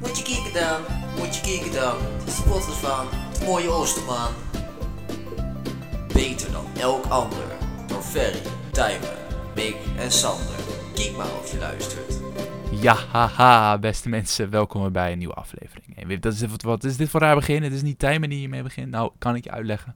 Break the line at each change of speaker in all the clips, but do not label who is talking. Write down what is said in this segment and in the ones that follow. dan, moet je kijken dan. De spot ervan, het mooie Oosterman. Beter dan elk ander, door Ferry, Tijmen, Mick en Sander. Kijk maar of je luistert.
Ja, haha, beste mensen, welkom weer bij een nieuwe aflevering. En Wip, dat is, wat, wat is dit voor raar begin? Het is niet Tijmen die hiermee begint. Nou, kan ik je uitleggen.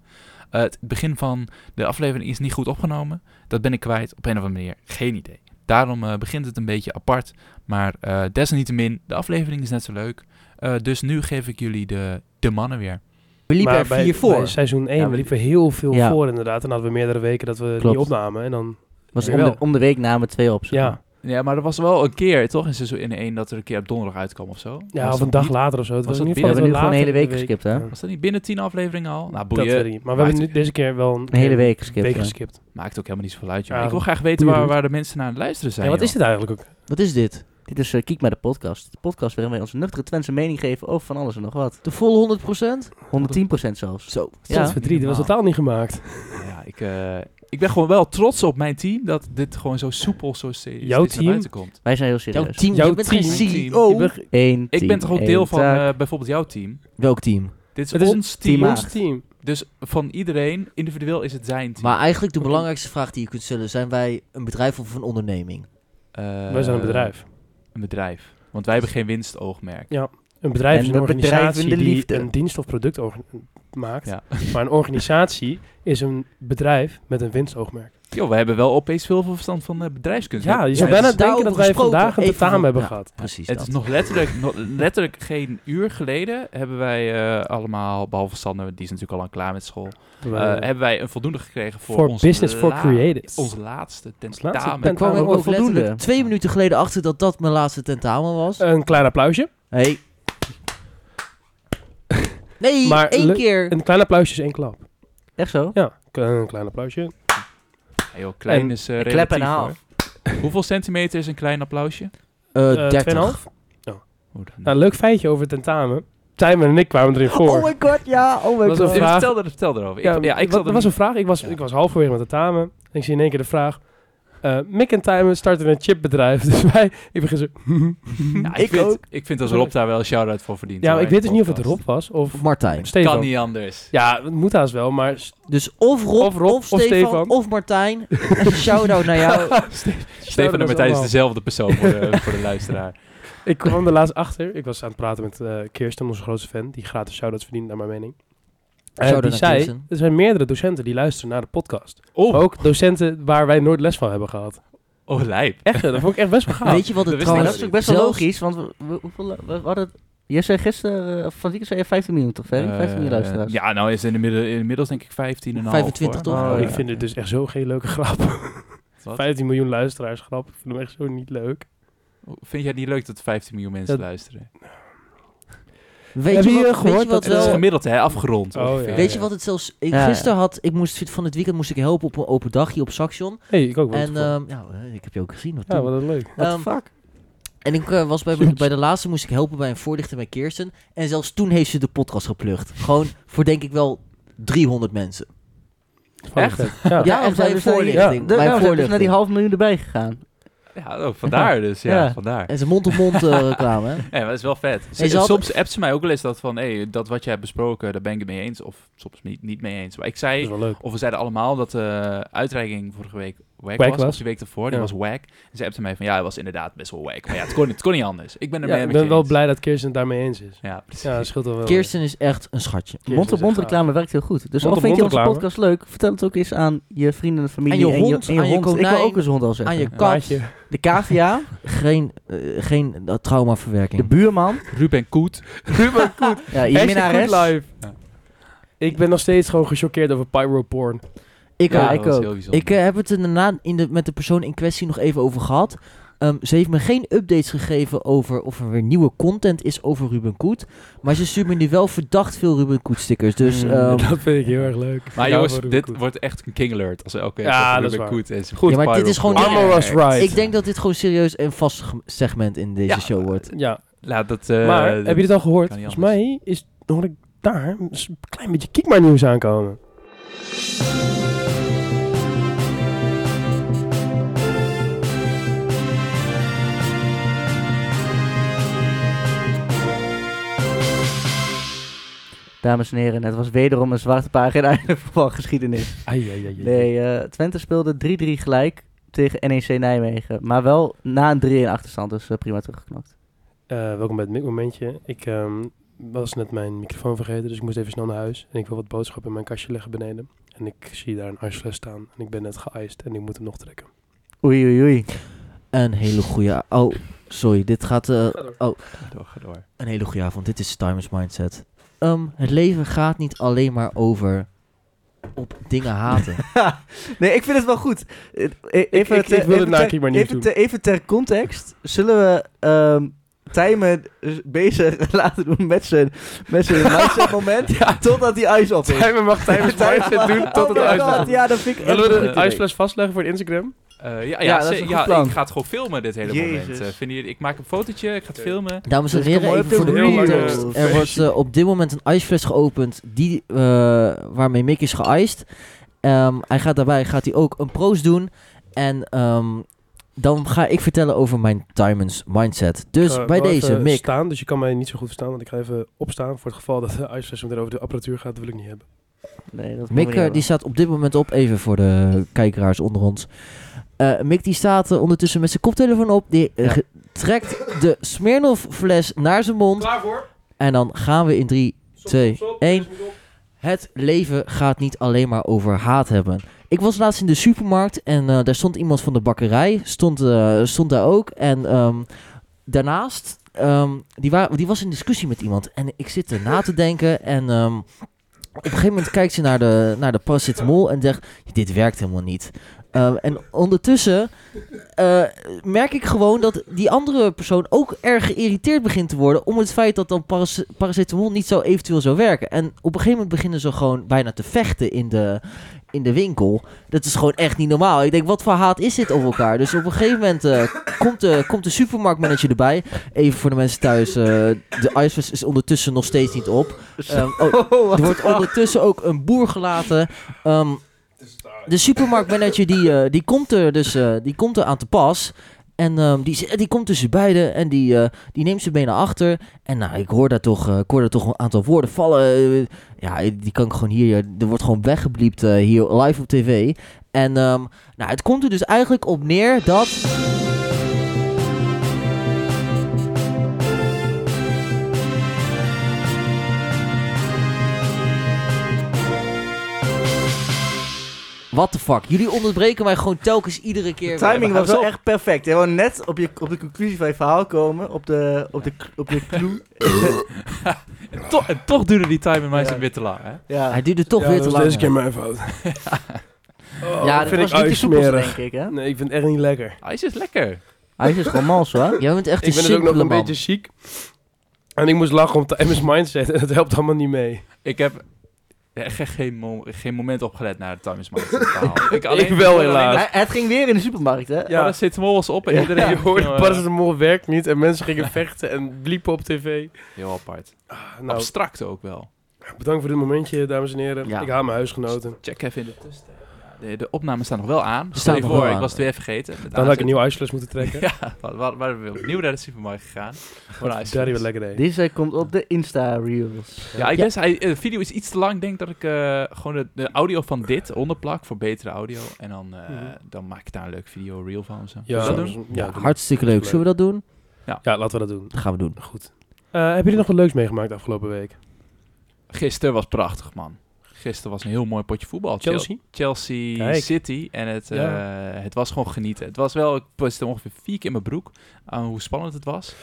Eh, het begin van de aflevering is niet goed opgenomen. Dat ben ik kwijt, op een of andere manier. Geen idee. Daarom eh, begint het een beetje apart. Maar eh, desalniettemin, de aflevering is net zo leuk. Eh, dus nu geef ik jullie de, de mannen weer.
We liepen
Maar
er
bij-
vier voor.
bij seizoen 1
Ja, we-
liepen we heel veel
Ja.
voor inderdaad. En hadden we meerdere weken dat we
Klopt.
die opnamen. En dan,
was
Ja,
om de,
wel.
om de week namen twee op. zeg
Ja.
maar.
Ja, maar er was wel een keer, toch, in seizoen 1 dat er een keer op donderdag uitkwam of zo?
ja,
Was
of
dat
een dag
niet-
later of zo. Het
was
was in
dat
ieder geval
binnen- We hebben nu
wel
gewoon
later
een
in
hele week
de week.
geskipt, hè?
Ja.
Was dat niet binnen 10 afleveringen al? Nou,
Dat weet
boeien.
ik niet. Maar we hebben
Maakt-
nu deze keer wel een,
Een hele week geskipt.
week
ja.
geskipt.
Maakt ook helemaal niet zoveel uit, joh.
Ja,
ik wil graag weten
goeie
waar,
route.
waar de mensen naar aan het luisteren zijn.
Ja, wat
joh.
is dit eigenlijk ook?
Wat is dit? Dit is eh, Kiek maar de podcast. De podcast waarin wij onze nuchtere Twentse mening geven over van alles en nog wat.
De volle 100%?
110% zelfs.
Zo.
Ja.
Ja.
Dat verdriet. Dat was
Normaal.
totaal niet gemaakt.
Ja, ik, eh, ik ben gewoon wel trots op mijn team dat dit gewoon zo soepel, zo steeds,
Jouw
steeds
team?
naar buiten komt.
Wij zijn heel
Jouw
serieus.
team. Oh.
Jouw
je bent geen
team.
Mijn
CEO.
team.
Eén
oh. Ik ben
team,
toch ook
één
deel van
taak.
eh, bijvoorbeeld jouw team.
Welk team?
Dit is,
Het is
ons team.
team A.
Ons team.
Dus van iedereen, individueel is het zijn team.
Maar eigenlijk de belangrijkste vraag die je kunt stellen, zijn wij een bedrijf of een onderneming?
Eh,
Wij zijn een bedrijf.
Een bedrijf. Want wij hebben geen winstoogmerk.
Een bedrijf is
En
een
we bedrijven
organisatie
de
die
liefde.
een dienst of product orga- maakt.
Ja.
Maar een organisatie is een bedrijf met een winstoogmerk.
Joh, we hebben wel opeens veel verstand van eh, bedrijfskunst.
Ja, je zou
het
bijna
is
denken dat
daarover
wij
gesproken.
vandaag een
Even
tentamen
van-
hebben
ja.
gehad.
Precies
Het
dat.
is nog letterlijk, nog letterlijk geen uur geleden hebben wij eh, allemaal, behalve Sander, die is natuurlijk al lang klaar met school, eh, hebben wij een voldoende gekregen voor,
Voor
ons
Business for
la-
Creatives.
Ons laatste
laatste
tentamen.
tent-
Daar kwam ik
tentamen
ook
ook
letterlijk
letterlijk.
twee minuten geleden achter dat dat mijn laatste tentamen was.
Een klein applausje.
hey. Nee,
Maar
één
le-
keer.
Een klein applausje is één klap.
Echt zo?
Ja, k- een klein applausje.
Ja, joh, klein
En-
is eh,
Een klep
relatief
en een half.
hoor. Hoeveel centimeter is een klein applausje?
Eh,
Eh,
30.
2,5.
Oh, dan-
Nou, leuk feitje over tentamen. Tijmen en ik kwamen erin voor.
Oh my god, ja. Oh my
Dat is een
god.
Eh,
vraag.
Vertel, er- vertel erover. Ik- Ja, ik
wa-
zat
er
er
was een vraag. Ik was,
Ja.
ik was halverwege met tentamen. En ik zie in één keer de vraag. eh, Mick en Tijmen starten een chipbedrijf. Dus wij, ik begin zo...
Ja, nou, ik,
Ik
vind,
ook.
ik vind dat Rob daar wel een shout-out voor verdient.
ja, maar
hoor,
ik weet dus
in
niet of
de
het Rob
podcast.
was of
Martijn.
Stefan.
Kan niet anders.
Ja, het moet haast wel, maar... s-
Dus of Rob,
Of
of,
Rob, of
Stefan,
Stefan.
of Martijn. Shout-out naar jou.
Stefan en
dat
Martijn is
allemaal.
dezelfde persoon voor de, voor de luisteraar.
Ik kwam er laatst achter. Ik was aan het praten met eh, Kirsten, onze grootste fan. Die gratis shout-outs verdient, naar mijn mening. En
Shout-out
die
naar
zei,
Kirsten.
er zijn meerdere docenten die luisteren naar de podcast.
Oh, oh,
Ook docenten waar wij nooit les van hebben gehad.
lijp.
Echt, dat vond ik echt best wel gaaf.
Weet je wat
dat
het
wist ik
trouwens
Maar dat is ook best wel
zelfs-
logisch, want we, we- hoeveel, we hadden... Jij zei gisteren, eh, van het weekend zei je 15 miljoen toch, Ferry? 15 miljoen
Eh,
luisteraars.
Ja, nou is het inmiddels, inmiddels denk ik 15 en
25 toch?
Oh,
Oh,
ik vind het dus echt zo geen leuke grap. 15 miljoen luisteraars grap. Ik vind hem echt zo niet leuk.
Vind jij het niet leuk dat 15 miljoen mensen
Dat-
luisteren?
Weet
Hebben
je,
jullie
wat,
gehoord
weet je wat
dat-
Het is
wel...
gemiddeld, hè? Afgerond.
Oh, ja.
ongeveer.
Weet je wat het zelfs... Ik,
Ja, ja.
gisteren had... Ik moest van het weekend moest ik helpen op een open dagje op Saxion.
hey, ik ook wel.
En
En,
ehm, nou, eh, ik heb je ook gezien. Wat
ja,
doen.
wat een leuk.
What
ehm,
the fuck?
En ik eh, was bij,
Jezus.
bij de laatste moest ik helpen bij een voorlichter bij Kirsten. En zelfs toen heeft ze de podcast geplucht. Gewoon voor denk ik wel 300 mensen.
Echt?
Vet. Ja.
Ja,
en
of bij
dus
een
naar die-
voorlichting.
Ja,
Bij een
daarom zijn we dus
voorlichting.
naar die half miljoen erbij gegaan.
Ja, oh, vandaar dus. Ja,
Ja.
vandaar.
En ze mond-op-mond eh, reclame. hè.
Ja, maar dat is wel vet.
Hey,
S-
ze had-
Soms appt ze mij ook wel eens dat van, hey, dat wat jij hebt besproken, daar ben ik het mee eens. Of soms niet, niet mee eens. Maar ik
Dat is
zei,
wel leuk.
of we zeiden allemaal dat de uitreiking vorige week wack,
Wack
was. Of
was.
de week ervoor, die
Ja.
was wack. En ze appte mij van, ja, hij was inderdaad best wel wack. Maar ja, het kon, niet- het kon niet anders. Ik ben er
Ja,
mee
ik
met
ben
je
wel
eens.
blij dat Kirsten het daarmee eens is.
Ja, precies.
Ja, dat scheelt wel wel.
Kirsten is echt een schatje.
Kirsten is echt
Mond-op-mond
gaaf.
reclame werkt heel goed. Dus al
Mond-op-mond
vind je onze
reclame.
podcast leuk, vertel het ook eens aan je vrienden en familie.
Aan je hond,
en je,
aan je
hond. Ik wil
konijn,
ook eens hond al zeggen.
Aan je kat.
Maatje.
De KVA,
Geen, eh, geen eh,
de
traumaverwerking.
buurman,
Ruben Koet.
Ruben Koet.
ja, je
Hashtag Koet
minnares.
live. Ik ben nog steeds gewoon gechoqueerd over pyroporn.
Ik,
Ja,
eh,
ik
dat was
ook.
heel bijzonder.
ik eh, heb het er daarna in de, met de persoon in kwestie nog even over gehad. Ehm, ze heeft me geen updates gegeven over of er weer nieuwe content is over Ruben Koet. Maar ze stuurt me nu wel verdacht veel Ruben Koet stickers. Dus
Mm,
ehm,
dat vind ik heel erg leuk.
Maar
Ja,
jongens,
voor Ruben
dit
Koet.
wordt echt een king alert. Als elke
Ja,
keer
dat is
Ruben
waar.
Koet is.
Goed.
Ja, maar dit is gewoon niet-
Armor was right.
ik denk dat dit gewoon serieus en vast gem- segment in deze
Ja,
show wordt.
Ja,
Laat dat... eh,
maar heb je dit al gehoord?
kan niet
Volgens mij is, hoor ik daar een s- klein beetje kiekmaar nieuws aankomen.
Dames en heren, het was wederom een zwarte pagina in de voetbalgeschiedenis.
Ai, ai, ai, ai.
Nee, eh, Twente speelde 3-3 gelijk tegen NEC Nijmegen. Maar wel na een 3-1 achterstand, dus eh, prima teruggeknokt.
Eh, welkom bij het mikmomentje. Ik ehm, was net mijn microfoon vergeten, dus ik moest even snel naar huis. En ik wil wat boodschappen in mijn kastje leggen beneden. En ik zie daar een ijsfles staan. En ik ben net geëist en ik moet hem nog trekken.
Oei, oei, oei.
Een hele goede... Oh, sorry. Dit gaat... eh,
Ga door, ga door.
Een hele goede avond. Dit is Timers Mindset. Ehm, het leven gaat niet alleen maar over op dingen haten.
nee, ik vind het wel goed. Eh, eh, Even,
ik-
ter-
ik wil het
even
naakje
ter-
maar niet
even
doen.
ter- even ter context, zullen we ehm Tijmen dus bezig laten doen met zijn, met zijn mindset moment, totdat die ijs op is.
Timer mag timer mindset doen tot
Oh
het
my
ijs
god, Ja, dat vind ik echt
Willen we
een
de
goed idee.
ijsfles vastleggen voor het Instagram?
Eh, ja, ja,
Ja, dat is
ze-
een
ja,
goed plan.
ik ga het gewoon filmen, dit hele moment.
Jezus.
Eh, vinden jullie, ik maak een fotootje, ik ga het filmen.
Dames en
Dus kom
heren,
maar
even voor de
op de real,
context.
eh,
Er wordt
versie.
eh, op dit moment een ijsfles geopend die, eh, waarmee Mick is geëist. Ehm, hij gaat daarbij gaat hij ook een proost doen. En ehm, dan ga ik vertellen over mijn Timers Mindset. Dus
Eh,
bij
wel even
deze, Mick.
staan, dus je kan mij niet zo goed verstaan, want ik ga even opstaan voor het geval dat de ijsfles meteen over de apparatuur gaat. Dat wil ik niet hebben.
Nee, dat
Mick eh, die staat op dit moment op, even voor de kijkeraars onder ons. Eh, Mick die staat eh, ondertussen met zijn koptelefoon op. Die eh,
Ja.
ge- trekt de Smirnoff fles naar zijn mond.
Klaar voor?
En dan gaan we in 3, 2, 1. Het leven gaat niet alleen maar over haat hebben. Ik was laatst in de supermarkt en eh, daar stond iemand van de bakkerij. Stond, eh, stond daar ook. En ehm, daarnaast, ehm, die, wa- die was in discussie met iemand. En ik zit er na te denken. En ehm, op een gegeven moment kijkt ze naar de, naar de paracetamol en zegt: Dit werkt helemaal niet. Ehm, en ondertussen eh, merk ik gewoon dat die andere persoon ook erg geïrriteerd begint te worden. om het feit dat dan parace- paracetamol niet zo eventueel zou werken. En op een gegeven moment beginnen ze gewoon bijna te vechten in de, in de winkel. Dat is gewoon echt niet normaal. Ik denk: wat voor haat is dit op elkaar? Dus op een gegeven moment eh, komt, de, komt de supermarktmanager erbij. Even voor de mensen thuis: eh, de ijsvest is ondertussen nog steeds niet op. Ehm, oh, er wordt ondertussen ook een boer gelaten. Ehm, de supermarktmanager die, eh, die komt er dus eh, die komt er aan te pas. En ehm, die, z- die komt tussen beiden en die, eh, die neemt zijn mee naar achter. En nou, ik hoor daar toch, eh, ik hoor daar toch een aantal woorden vallen. Eh, ja, die kan ik gewoon hier, eh, er wordt gewoon weggebliept eh, hier live op tv. En ehm, nou, het komt er dus eigenlijk op neer dat... What the fuck? Jullie onderbreken mij gewoon telkens iedere keer.
De
weer.
timing
maar
was wel
pas op.
echt perfect. Je wou net op, je, op de conclusie van je verhaal komen, op de, op de, op de clue.
En, toch- en toch duurde die time in mij
Ja.
zijn weer te lang, hè?
ja,
Hij duurde toch weer te lang.
deze keer mijn fout. Oh,
ja dat
vind
was
ik
niet de soepelste,
uitsmerig.
denk ik, hè?
Nee, ik vind het echt niet lekker.
Hij Ah, is lekker.
Hij is gewoon mals, hoor.
Jij bent echt
ik
een
ben dus ook nog
simpele
een
man.
beetje ziek. En ik moest lachen om Timer's mindset. En dat helpt allemaal niet mee.
Ik heb echt geen, mo- geen moment opgelet naar de Time is Mindset verhaal.
Ik wel,
hoorde alleen
helaas.
dat
Hij- Het ging weer in de supermarkt, hè?
Ja.
Paracetamol was op en iedereen
Je hoorde
ging, eh,
paracetamol werkt niet. En mensen gingen vechten en bliepen op tv.
Heel apart.
Ah, Nou,
Abstract ook wel.
bedankt voor dit momentje, dames en heren.
Ja.
Ik haal mijn huisgenoten.
Check even in de tussentijd. De, de opnames staan nog wel aan.
Ze
Stel
staan
je
nog
voor,
wel
ik
aan.
was het weer vergeten. Met
Dan had ik een
aanzet.
nieuwe ijsfles moeten trekken.
Ja, waar waren we weer opnieuw naar de supermarkt gegaan. Voor een
Daar
ijsfles.
die wat lekker deed.
Deze komt op de Insta-reels.
Ja, ik
Ja.
wist, hij, eh, de video is iets te lang. Ik denk dat ik eh, gewoon de, de audio van dit onderplak voor betere audio. En dan, eh,
Mhm.
dan maak ik daar een leuk video reel van. of Zo.
Ja,
Zullen we
dat
dat doen?
is- ja, doe maar.
Hartstikke leuk. Zullen we dat doen?
Ja, laten we dat doen.
Dat gaan we doen.
Goed. Eh, hebben jullie nog wat leuks meegemaakt afgelopen week?
Gisteren was prachtig, man. Gisteren was een heel mooi potje voetbal.
Chelsea?
Chelsea
Kijk.
City. En het,
Ja.
eh, het was gewoon genieten. Het was wel, ik was er ongeveer vier keer in mijn broek aan hoe spannend het was.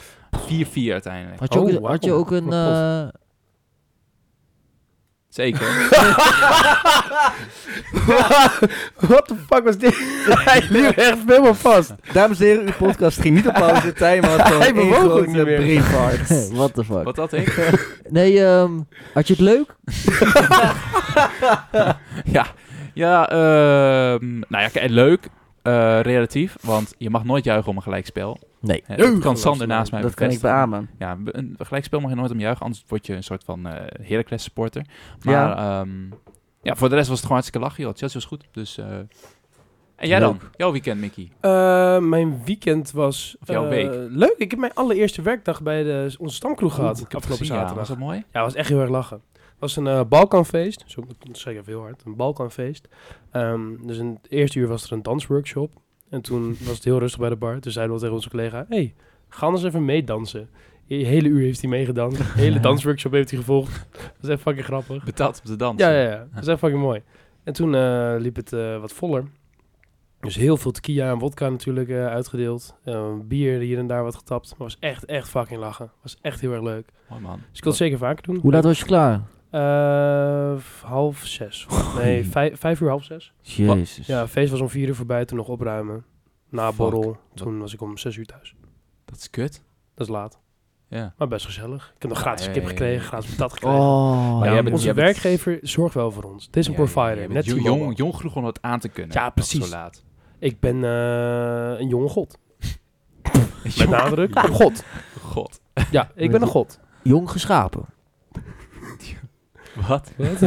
4-4 uiteindelijk.
Had je,
Oh,
ook, had je
wauw.
ook een...
Wat tof.
eh,
Zeker.
What the fuck was dit? Hij liep echt helemaal vast.
Dames en heren, uw podcast ging niet op pauze. Tijmen had gewoon
Hij
één
bewoog ook
grote
niet meer.
brainfart.
eh, What the fuck?
Wat dat ik?
Nee, ehm, had je het leuk?
ja, ja ehm, nou ja, kijk, leuk. eh, relatief, want je mag nooit juichen om een gelijkspel.
Nee.
Hè, dat kan
Geloof
Sander
me.
naast mij
Dat kan ik
bevestigen.
beamen.
Ja, be- een gelijkspel mag je nooit om juichen, anders word je een soort van eh Heracles supporter. Maar
Ja.
ja. ja, voor de rest was het gewoon hartstikke lachen, joh. Chelsea was goed, dus... eh, en jij dan? Jouw weekend, Mickey.
Eh, mijn weekend was
Of jouw
eh,
week.
leuk. Ik heb mijn allereerste werkdag bij de, onze stamkroeg gehad
Oeh, ik heb het
afgelopen
gezien, ja.
zaterdag.
Was dat mooi?
Ja, was echt heel erg lachen. was een eh, Balkanfeest. Zo, dat zeg ik even heel hard. Een Balkanfeest. Ehm, dus in het eerste uur was er een dansworkshop. En toen was het heel rustig bij de bar. Toen zeiden we tegen onze collega... hey, ga anders even meedansen. De hele uur heeft hij meegedanst. De hele dansworkshop heeft hij gevolgd. Dat is echt fucking grappig.
Betaald op de dans.
Ja, ja, ja. Dat is echt fucking mooi. En toen eh, liep het eh, wat voller. Dus heel veel tequila en vodka natuurlijk eh, uitgedeeld. Eh, bier hier en daar wat getapt. Maar was echt, echt fucking lachen. Was echt heel erg leuk.
Mooi man.
Dus ik wil het zeker vaker doen.
Hoe laat was je klaar?
Eh, f- half zes. Nee, vijf, vijf uur half zes.
Jezus.
Ja, feest was om vier uur voorbij. Toen nog opruimen. Na
Fuck.
borrel. Toen was ik om zes uur thuis.
Dat is kut.
Dat is laat.
Ja.
Maar best gezellig. Ik heb nog
Ja,
gratis
ja,
kip
ja, ja.
gekregen. Gratis patat gekregen.
Oh,
Maar
Ja,
jij bent-
onze
jij bent-
werkgever zorgt wel voor ons. Het is een
Ja,
provider.
je bent
net
jo-
T-Mobile.
jong, jong genoeg om dat aan te kunnen.
Ja,
Nog
precies.
Zo laat.
Ik ben eh, een jonge god. Met
Jong-
nadruk.
jong-
God.
God.
Ja, ik ben een god.
jong geschapen.
Wat?
Hè?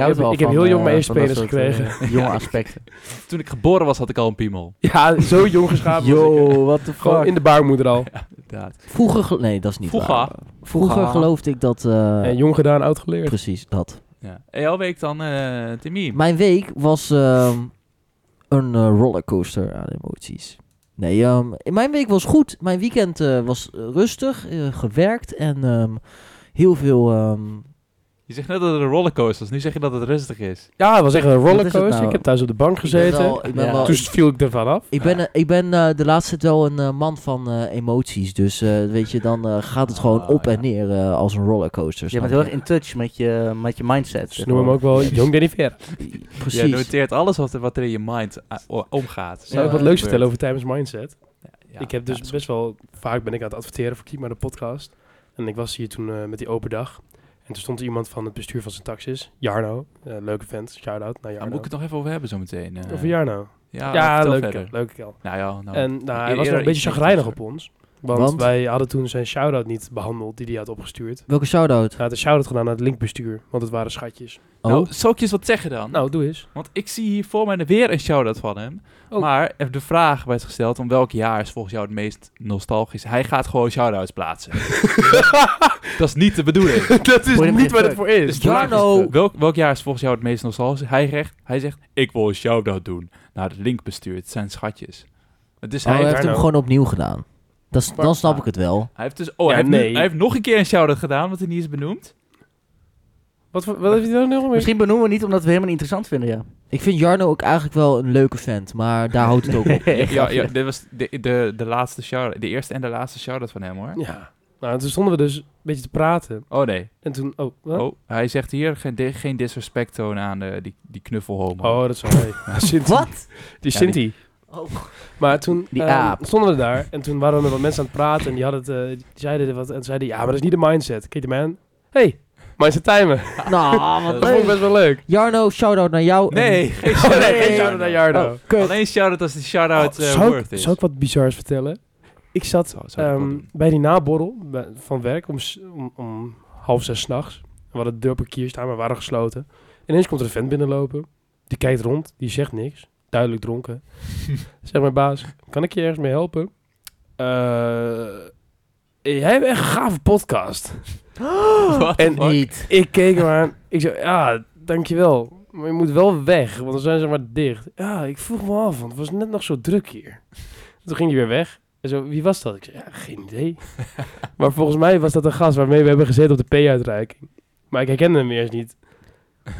houdt
heb-
wel
ik heb
van,
heel jong
eh,
mijn
van dat
spelers
soort, eh, jonge
Ja,
aspecten.
Toen ik geboren was, had ik al een piemel.
Ja, zo jong geschapen was ik, eh.
Yo, what the
Gewoon
fuck.
in de baarmoeder al.
Inderdaad.
Vroeger, gel- nee, dat is niet
Vroeger.
waar. Vroeger geloofde ik dat... eh,
En jong gedaan, oud geleerd.
precies, dat.
Ja. En jouw week dan, eh Timmy?
Mijn week was ehm, een eh, rollercoaster aan emoties. Nee, ehm, mijn week was goed. Mijn weekend eh, was eh, rustig, eh, gewerkt en ehm, heel veel... ehm,
Je zegt net dat het een rollercoaster is. Nu zeg je dat het rustig is.
Ja, het was echt een rollercoaster.
nou?
Ik heb thuis op de bank
Ik ben
gezeten.
wel, ik ben
Ja.
wel,
Toen viel ik ervan af.
Ik ben, eh, ik ben eh, de laatste tijd wel een eh, man van eh, emoties. Dus eh, weet je, dan eh, gaat het gewoon
Ah,
op en
ja.
neer eh, als een rollercoaster.
Je
snap
bent heel
je?
erg in touch met je, met je mindset.
Ze noemen Dus hem ook wel Jong Danny Ver.
Je
Precies.
noteert alles wat er, wat er in je mind eh, o- omgaat.
Zou ik wat leuks vertellen over Times Mindset?
Ja,
ik heb
ja,
dus
dat is
best wel vaak ben ik aan het adverteren voor Kiep maar de podcast. En ik was hier toen eh, met die open dag. En toen stond er iemand van het bestuur van Syntaxis, Jarno. Eh, leuke vent, shout-out naar
goed.
Jarno.
Daar moet ik het nog even over hebben zometeen. eh.
Over Jarno.
Ja,
ja,
vertel
leuk,
verder.
kerel, leuk kerel.
Nou ja, nou,
En nou, hij
e-
was wel een
eerder
beetje
iets
chagrijnig op
positiefs.
ons. Want,
Want?
wij hadden toen zijn shout-out niet behandeld die hij had opgestuurd.
Welke shout-out?
Hij had een shout-out gedaan aan het linkbestuur, want het waren schatjes.
Oh,
Nou, zal ik je eens wat zeggen dan?
Nou, doe eens.
Want ik zie hier voor mij weer een shout-out van hem.
Oh.
Maar er- de vraag werd gesteld om welk jaar is volgens jou het meest nostalgisch. Hij gaat gewoon shout-outs plaatsen. dat is niet de bedoeling.
dat is
Voor hem
niet
geen
waar het
fuck.
voor is.
Dus de vraag
Jarno.
is, welk, welk jaar is volgens jou het meest nostalgisch? Hij zegt, hij zegt ik wil een shout-out doen. Naar het link bestuurd, zijn schatjes. Dus
Nou, hij
hij,
heeft
Jarno.
hem gewoon opnieuw gedaan. Dat, is- dan snap ik het wel.
hij heeft dus... Oh,
Ja,
hij, heeft nu-
nee.
hij heeft nog een keer een shout-out gedaan, wat hij niet is benoemd.
Wat, voor- wat heeft hij dan nog meer?
Misschien benoemen we niet omdat we helemaal niet interessant vinden, ja.
Ik vind Jarno ook eigenlijk wel een leuke vent, maar daar houdt het ook op.
Ja, ja, dit was de, de, de, laatste shout de eerste en de laatste shout-out van hem, hoor.
Ja. Nou, toen stonden we dus een beetje te praten.
Oh, nee.
En toen, oh, wat?
Oh, hij zegt hier geen, di- geen disrespect toon aan de, die, die knuffelhomo.
Oh, dat is wel leuk.
Wat?
Die
Ja,
Sinti.
Oh.
Maar toen
Die
ehm,
aap.
stonden we daar en toen waren er wat mensen aan het praten en die, hadden het, eh, die zeiden er wat en zeiden, ja, maar dat is niet de mindset. Kijk die man, hey, mindset timen.
Nou, wat
Dat vond ik
leuk.
best wel leuk.
Jarno, shout-out naar jou.
Nee, geen
Oh,
shout-out.
nee, geen shout-out naar Jarno.
Oh, kut.
Alleen shout-out als die shout-out
Oh,
eh,
zou, ik,
worth is. Oh,
zou ik wat bizars vertellen? Ik zat
Zou- zou ik wel
ehm,
doen.
bij die naborrel bij- van werk om, s- om, om half zes s'nachts. We hadden de deur op een kier staan, maar we waren gesloten. Ineens komt er een vent binnenlopen. Die kijkt rond, die zegt niks. Duidelijk dronken. zeg maar, baas, kan ik je ergens mee helpen? Eh, jij hebt echt een gave podcast.
What the
En
fuck?
Niet.
Ik keek hem aan. Ik zei, ja, dankjewel. Maar je moet wel weg, want dan zijn ze maar dicht. Ja, ik vroeg me af, want het was net nog zo druk hier. Toen ging hij weer weg. En zo, wie was dat? Ik zei, ja, geen idee. maar volgens mij was dat een gast waarmee we hebben gezeten op de P-uitreiking. Maar ik herkende hem eerst niet.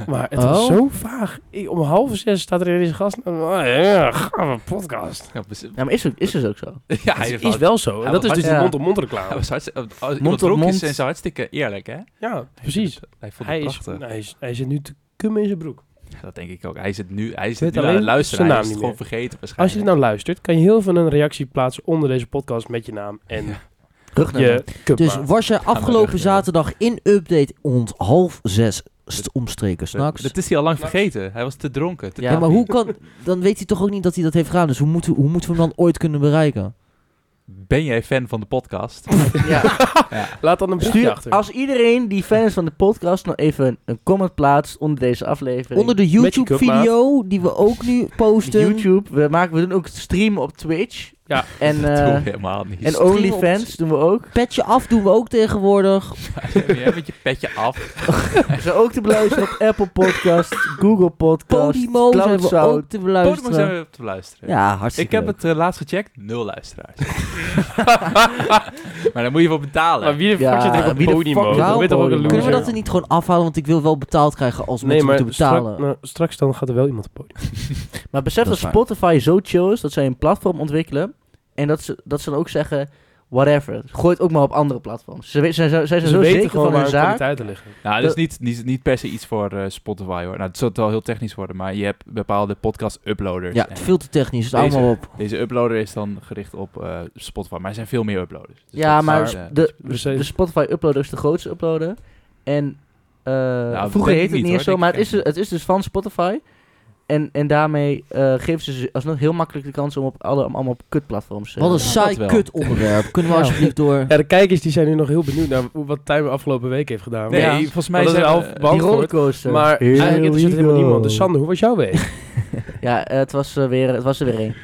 Maar het was
Oh.
zo vaag. Ik- om half zes staat er ineens een gast. en, Oh, ja, gave podcast.
Ja, bes-
Ja, maar is, het- is dus ook zo.
ja, hij
dat
was-
is wel zo.
Ja,
En dat is
maar-
dus die
ja.
mond-op-mond
hij
reclame.
was hartstikke... Als iemand
Mond op
dronk is,
mond.
zijn ze hartstikke eerlijk, hè?
Ja, precies.
Hij vond het
Hij, is,
prachtig.
hij, is, hij zit nu te kummen in zijn broek.
Ja, dat denk ik ook. Hij zit nu, hij
weet
zit nu aan
alleen
het luisteren.
zijn
Hij
naam
is het
niet
gewoon vergeten
Als je dit
waarschijnlijk.
nou luistert, kan je heel veel een reactie plaatsen onder deze podcast met je naam en
Ja.
Rug naar
je cupmaat.
Dus was je afgelopen
rug, ja.
zaterdag in update rond half zes st- omstreken s'nachts?
Dat is hij al lang vergeten. Hij was te dronken. Te
Ja, maar hoe kan... Dan weet hij toch ook niet dat hij dat heeft gedaan. Dus hoe moeten, hoe moeten we hem dan ooit kunnen bereiken?
Ben jij fan van de podcast?
Ja.
Laat dan een berichtje
Stuur,
achter.
als iedereen die fan is van de podcast nog even een comment plaatst onder deze aflevering.
Onder de
je
YouTube-video, die we ook nu posten.
YouTube. We, maken, we doen ook streamen op Twitch.
Ja.
En,
Dat
eh,
doe ik helemaal niet.
en OnlyFans doen we ook.
Petje af doen we ook tegenwoordig.
Jij met je petje af.
We zijn ook te beluisteren op Apple Podcast, Google Podcast,
Podimo zijn we
Cloudsound.
ook te
Podimo zijn
beluisteren.
we op te luisteren.
Ja, hartstikke
ik heb
leuk.
het eh, laatst gecheckt, nul luisteraars. maar daar moet je voor betalen.
Maar wie de
Ja,
fuck zit er op
wie de
Podimo?
fuck-
Ik
Waarom
ben toch ook een
Podimo?
Kunnen we
loser?
dat er niet gewoon afhalen? Want ik wil wel betaald krijgen als
Nee,
mensen
maar
moeten betalen.
strak- nou, straks dan gaat er wel iemand op Podimo.
Maar besef
Dat
dat,
is waar.
Spotify zo chill is dat zij een platform ontwikkelen. En dat ze, dat ze dan ook zeggen, whatever. Gooi het ook maar op andere platforms. Ze, we- zij- zij- zij zijn
Ze
zo
weten
zeker
gewoon
van
waar
hun
hun
zaak.
kwaliteiten liggen.
Nou, dat is niet, niet, niet per se iets voor eh, Spotify hoor. Nou, het zal wel heel technisch worden, maar je hebt bepaalde podcast-uploaders.
Ja,
En
veel te technisch. Het
Deze-
allemaal op.
Deze uploader is dan gericht op eh, Spotify, maar er zijn veel meer uploaders. Dus
Ja,
dat is,
maar
eh,
de,
We zijn-
de Spotify-uploader is de grootste uploader. En eh,
denk
vroeger
ik
heette het
niet,
niet eens
hoor.
zo,
Ik
maar het
ken
is, dus- het is dus van Spotify. En, en daarmee eh geven ze ze alsnog heel makkelijk de kans om op alle, om allemaal op kutplatforms eh,
Wat een
dat
saai
wel.
kut onderwerp. Kunnen we
Ja.
alsjeblieft door...
Ja, de kijkers die zijn nu nog heel benieuwd naar hoe- wat Timer afgelopen week heeft gedaan.
Nee,
Ja.
volgens mij
Maar dat
zijn eh,
is half
die
beantwoord.
rollercoaster.
Maar
Here
eigenlijk interesseert het
we
helemaal
go.
niemand. Dus Sander, hoe was jouw week?
Ja, eh, het, was, eh, weer, het was er weer één.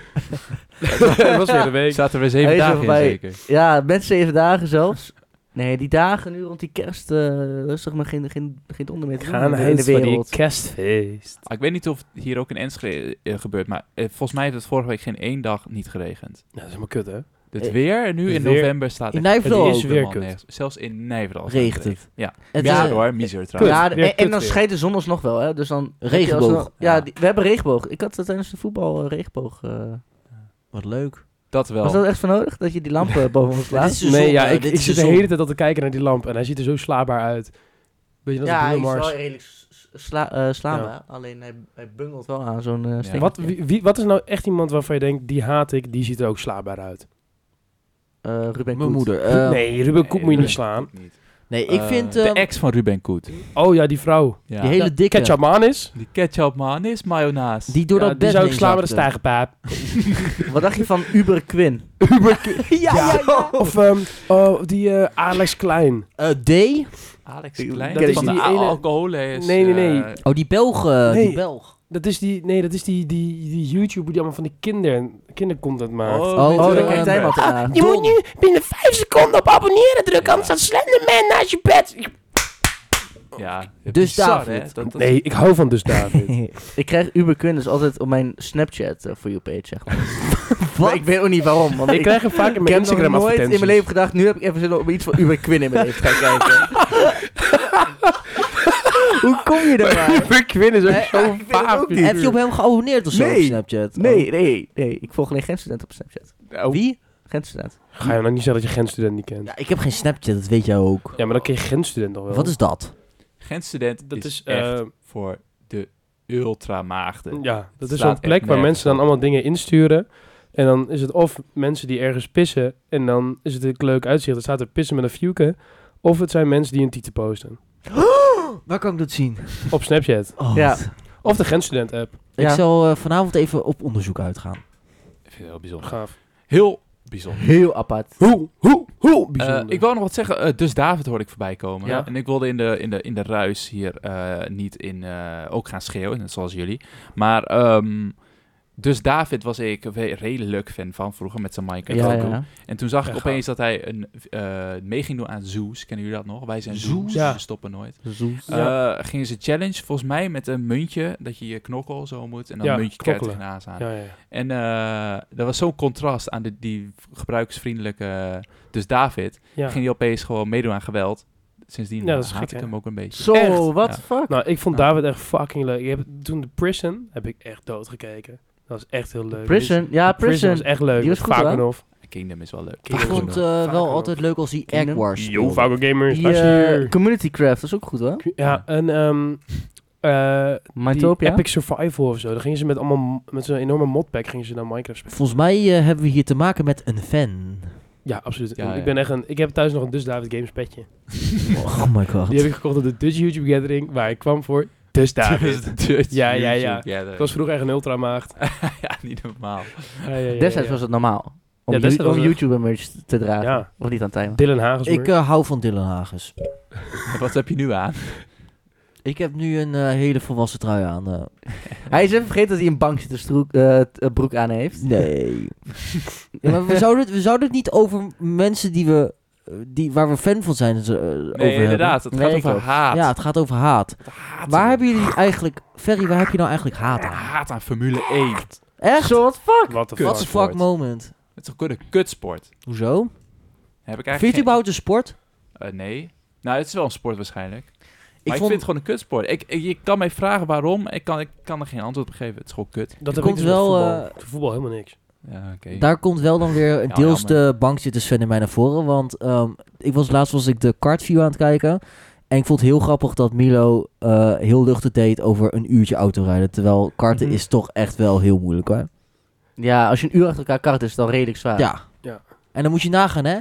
Het was weer een week.
staat er weer zeven
Hij is er
dagen in
voorbij.
zeker.
Ja, met zeven dagen zelfs. Nee, die dagen nu rond die kerst, eh, rustig maar geen, geen, geen onder meer te doen
Ga naar
in de
huis voor die
wereld.
kerstfeest.
Ah, ik weet niet of het hier ook in Enschede eh, gebeurt, maar eh, volgens mij heeft het vorige week geen één dag niet geregend.
Ja, dat is helemaal kut, hè?
Het
Eh,
weer, nu
het
in
weer-
november staat
In
echt
Nijverdal
helemaal
is weer kut.
nergens. Zelfs in Nijverdal staat
Regent
regen.
het.
Ja.
Het
Ja,
is, eh,
hoor, miser trouwens.
Ja,
Kut,
de-
weer
en, en dan
kut weer.
schijnt de zon alsnog wel, hè? Dus dan
Regenboog.
alsnog- ja,
Ja.
die- we hebben regenboog. Ik had eh, tijdens de voetbal eh, regenboog. eh.
Wat leuk.
Dat wel.
was dat echt voor nodig? Dat je die lampen boven ons
Dit
laat?
is de zon,
nee, ja,
eh,
ik,
dit
ik
is
zit de
zon.
hele tijd al te kijken naar die lamp en hij ziet er zo slaapbaar uit. Weet je, dat
ja,
is
hij
Bruno
is wel
Mars.
redelijk s- s- sla, eh, slaanbaar.
Ja.
Alleen hij, hij bungelt wel aan zo'n eh stinkertje.
Wat, wie, wie- wat is nou echt iemand waarvan je denkt, die haat ik, die ziet er ook slaapbaar uit?
Eh, Ruben
Mijn
Koet.
moeder. eh, nee.
nee, Ruben Koep moet je niet slaan.
nee, ik vind...
eh, de
ehm,
ex van Ruben Koet.
Oh ja, die vrouw.
Ja.
die hele dikke...
Ketchup man is.
Die ketchup man is mayonaise.
Die door
Ja,
dat
die
bed
zou ik
heen
slaan met een
zakte.
stijgenpaap.
Wat dacht je van Uber Quinn?
ja, ja, ja.
Of ehm, oh, die eh, Alex Klein.
Eh, D.
Alex
Ik-
Klein,
dat is
van
die
de
ene-
alcohol is...
Nee, nee, nee.
eh,
Oh, die Belg. eh,
Nee.
Die Belg.
Dat is die, nee, dat is die, die, die YouTuber die allemaal van die kinder, kindercontent maakt.
Oh,
weet
oh,
je
daar
wel.
kijkt hij
wat
Ah,
aan.
je moet nu binnen 5 seconden op abonneren drukken,
Ja.
anders staat Slenderman naast je bed. Ik-
Ja,
Dus
bizar,
David.
hè? Dat- dat-
Nee, ik hou van dus David.
Ik krijg Uber Quinn dus altijd op mijn Snapchat eh, voor for you page, zeg maar.
Wat?
Maar ik weet ook niet waarom. Want
ik krijg hem vaak in
Ik
mijn
heb nog
Instagram
nooit in mijn
advertenties.
leven gedacht, nu heb ik even zin om iets van Uber Quinn in mijn leven te gaan kijken. Hoe kom je daar maar?
Uber Quinn is
Nee,
ook zo
ik vind het
vaag.
ook niet.
figuur.
Heb je op hem geabonneerd of zo
Nee.
op Snapchat? Oh.
Nee, nee, nee. Ik volg alleen Gent-student op Snapchat.
Oh,
Wie?
Gent-student.
Ga je nou niet zeggen dat je grensstudent niet kent?
Ja, ik heb geen Snapchat, dat weet jij ook.
Ja, maar dan ken je grensstudent nog wel.
Wat is dat?
Gent student
dat? Is,
echt
eh,
voor de ultramaagden.
ja, dat
slaat
is zo'n
echt
plek waar
nergens
mensen dan
op.
allemaal dingen insturen. En dan is het of mensen die ergens pissen en dan is het een leuk uitzicht. Dan staat er pissen met een fuke. Of het zijn mensen die een titel posten.
Waar kan ik dat zien?
Op Snapchat.
Oh,
Ja.
wat.
Of de grensstudent app.
Ik
Ja.
zal eh, vanavond even op onderzoek uitgaan.
Ik vind het heel bijzonder.
Gaaf.
Heel bijzonder.
Heel apart.
Hoe, hoe, hoe
Eh,
bijzonder.
ik wil nog wat zeggen. Eh, dus David hoorde ik voorbij komen.
Ja.
En ik wilde in de, in de, in de ruis hier eh, niet in eh, ook gaan schreeuwen, net zoals jullie. Maar ehm, dus David was ik we- redelijk fan van vroeger met zijn Mike en
Ja,
Coco.
ja.
En toen zag ik
Ja,
opeens dat hij een, eh mee ging doen aan Zoos. Kennen jullie dat nog? Wij zijn
Zoos?
Zoos,
Ja.
we stoppen nooit.
Ja.
Eh, gingen ze challenge, volgens mij met een muntje, dat je je knokkel zo moet en dan
Ja,
een muntje keihard
knokkelen.
tegenaan slaan.
Ja, ja, ja.
En eh dat was zo'n contrast aan de, die gebruiksvriendelijke... eh, Dus David
Ja.
ging die opeens gewoon meedoen aan geweld. Sindsdien
Ja,
ja,
dat is gek,
haat ik
hè?
hem ook een beetje.
Zo,
Echt?
what
Ja.
the fuck?
Nou, ik vond
Ja.
David echt fucking leuk. Ik heb, toen de Prison heb ik echt doodgekeken. Dat was echt heel leuk.
Prison, ja,
Die- Prison was
Prison.
echt leuk.
Die was
Met
goed, hoor.
Vakanov.
Kingdom is wel leuk.
Ik
Kingdom
vond
is
eh, wel
Vaker
altijd leuk als die Egg
Kingdom.
Wars
Yo,
speelde.
Vago Gamers.
Die,
was
eh,
hier.
community craft, dat is ook goed hoor.
Ja, en ehm eh die
Mytopia.
Epic Survival of zo. Dan gingen ze met allemaal m- met zo'n enorme modpack gingen ze naar Minecraft spelen.
Volgens mij eh, hebben we hier te maken met een fan.
Ja, absoluut.
Ja,
Ik
ja.
ben echt een. Ik heb thuis nog een Dus David Games petje.
Oh my god.
Die heb ik gekocht op de Dutch YouTube Gathering, waar ik kwam voor Dus David. Ja, ja, ja. Ik was
was...
vroeger echt een ultramaagd.
ja, niet normaal.
Ja, ja, ja, ja,
Destijds
ja.
was het normaal. Om,
Ja,
ja,
destijds was het-
YouTuber-merch te dragen.
Ja.
Of niet aan het timer.
Dylan Hagens.
Ik eh, hou van Dylan Hagens.
Wat heb je nu aan?
Ik heb nu een eh, hele volwassen trui aan. eh.
Hij is even vergeten dat hij een bankzittersbroek eh, t- eh, broek aan heeft.
Nee. Ja, maar we zouden, het, we zouden het niet over mensen die we, eh, die, waar we fan van zijn eh, over
Nee,
hebben.
inderdaad. Het
Nee,
gaat
ik
over
ook.
haat.
Ja, het gaat over haat.
haat
Waar hebben jullie eigenlijk... Ferry, waar heb je nou eigenlijk haat aan?
haat aan Formule 1. Het
Echt?
Soort fuck.
Wat de
What the fuck moment?
is toch een kutsport?
Hoezo?
Heb ik
Vind je het
eigenlijk
überhaupt een sport?
geen- Eh, Nee. Nou, het is wel een sport waarschijnlijk. Maar ik,
vond-
vind het gewoon een kutsport. Ik, ik- je kan mij vragen waarom. Ik kan, ik kan er geen antwoord op geven. Het is gewoon kut.
Dat
Er
heb ik
komt
dus wel,
wel,
voetbal.
eh,
Ik doe voetbal helemaal niks.
Ja, oké.
Daar komt wel dan weer
Ja,
deels
jammer.
de bankzittersfan in mij naar voren. Want ehm, ik was laatst was ik de kartview aan het kijken. En ik vond het heel grappig dat Milo eh, heel luchtig deed over een uurtje autorijden. Terwijl karten
Mhm.
is toch echt wel heel moeilijk hoor.
Ja, als je een uur achter elkaar kart is, dan redelijk zwaar.
Ja.
Ja.
En dan moet je nagaan hè.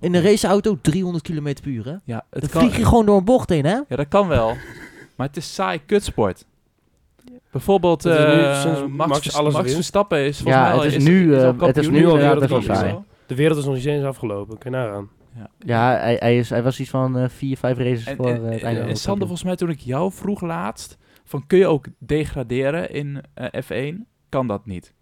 In een raceauto 300 km per uur hè.
Ja, het
Dan
kan,
vlieg je gewoon door een bocht heen hè.
ja, dat kan wel. Maar het is saai kutsport. Bijvoorbeeld
Het is nu
eh,
sinds
Max,
Max
Vers-
alles
Max
wint.
Verstappen is volgens
Ja,
mij al-
het is nu,
al
eh, het is
kampioen
nu
in de
al
wereld,
wereldkampioen,
of
ja.
zo.
De wereld is nog niet eens afgelopen. Kun je nagaan.
Ja, hij, hij, is, hij was iets van eh, vier, vijf races
En,
voor
en,
eh, het
en-
einde.
en
van
Sander,
de kampioen.
volgens mij toen ik jou vroeg laatst... van kun je ook degraderen in eh, F1? Kan dat niet.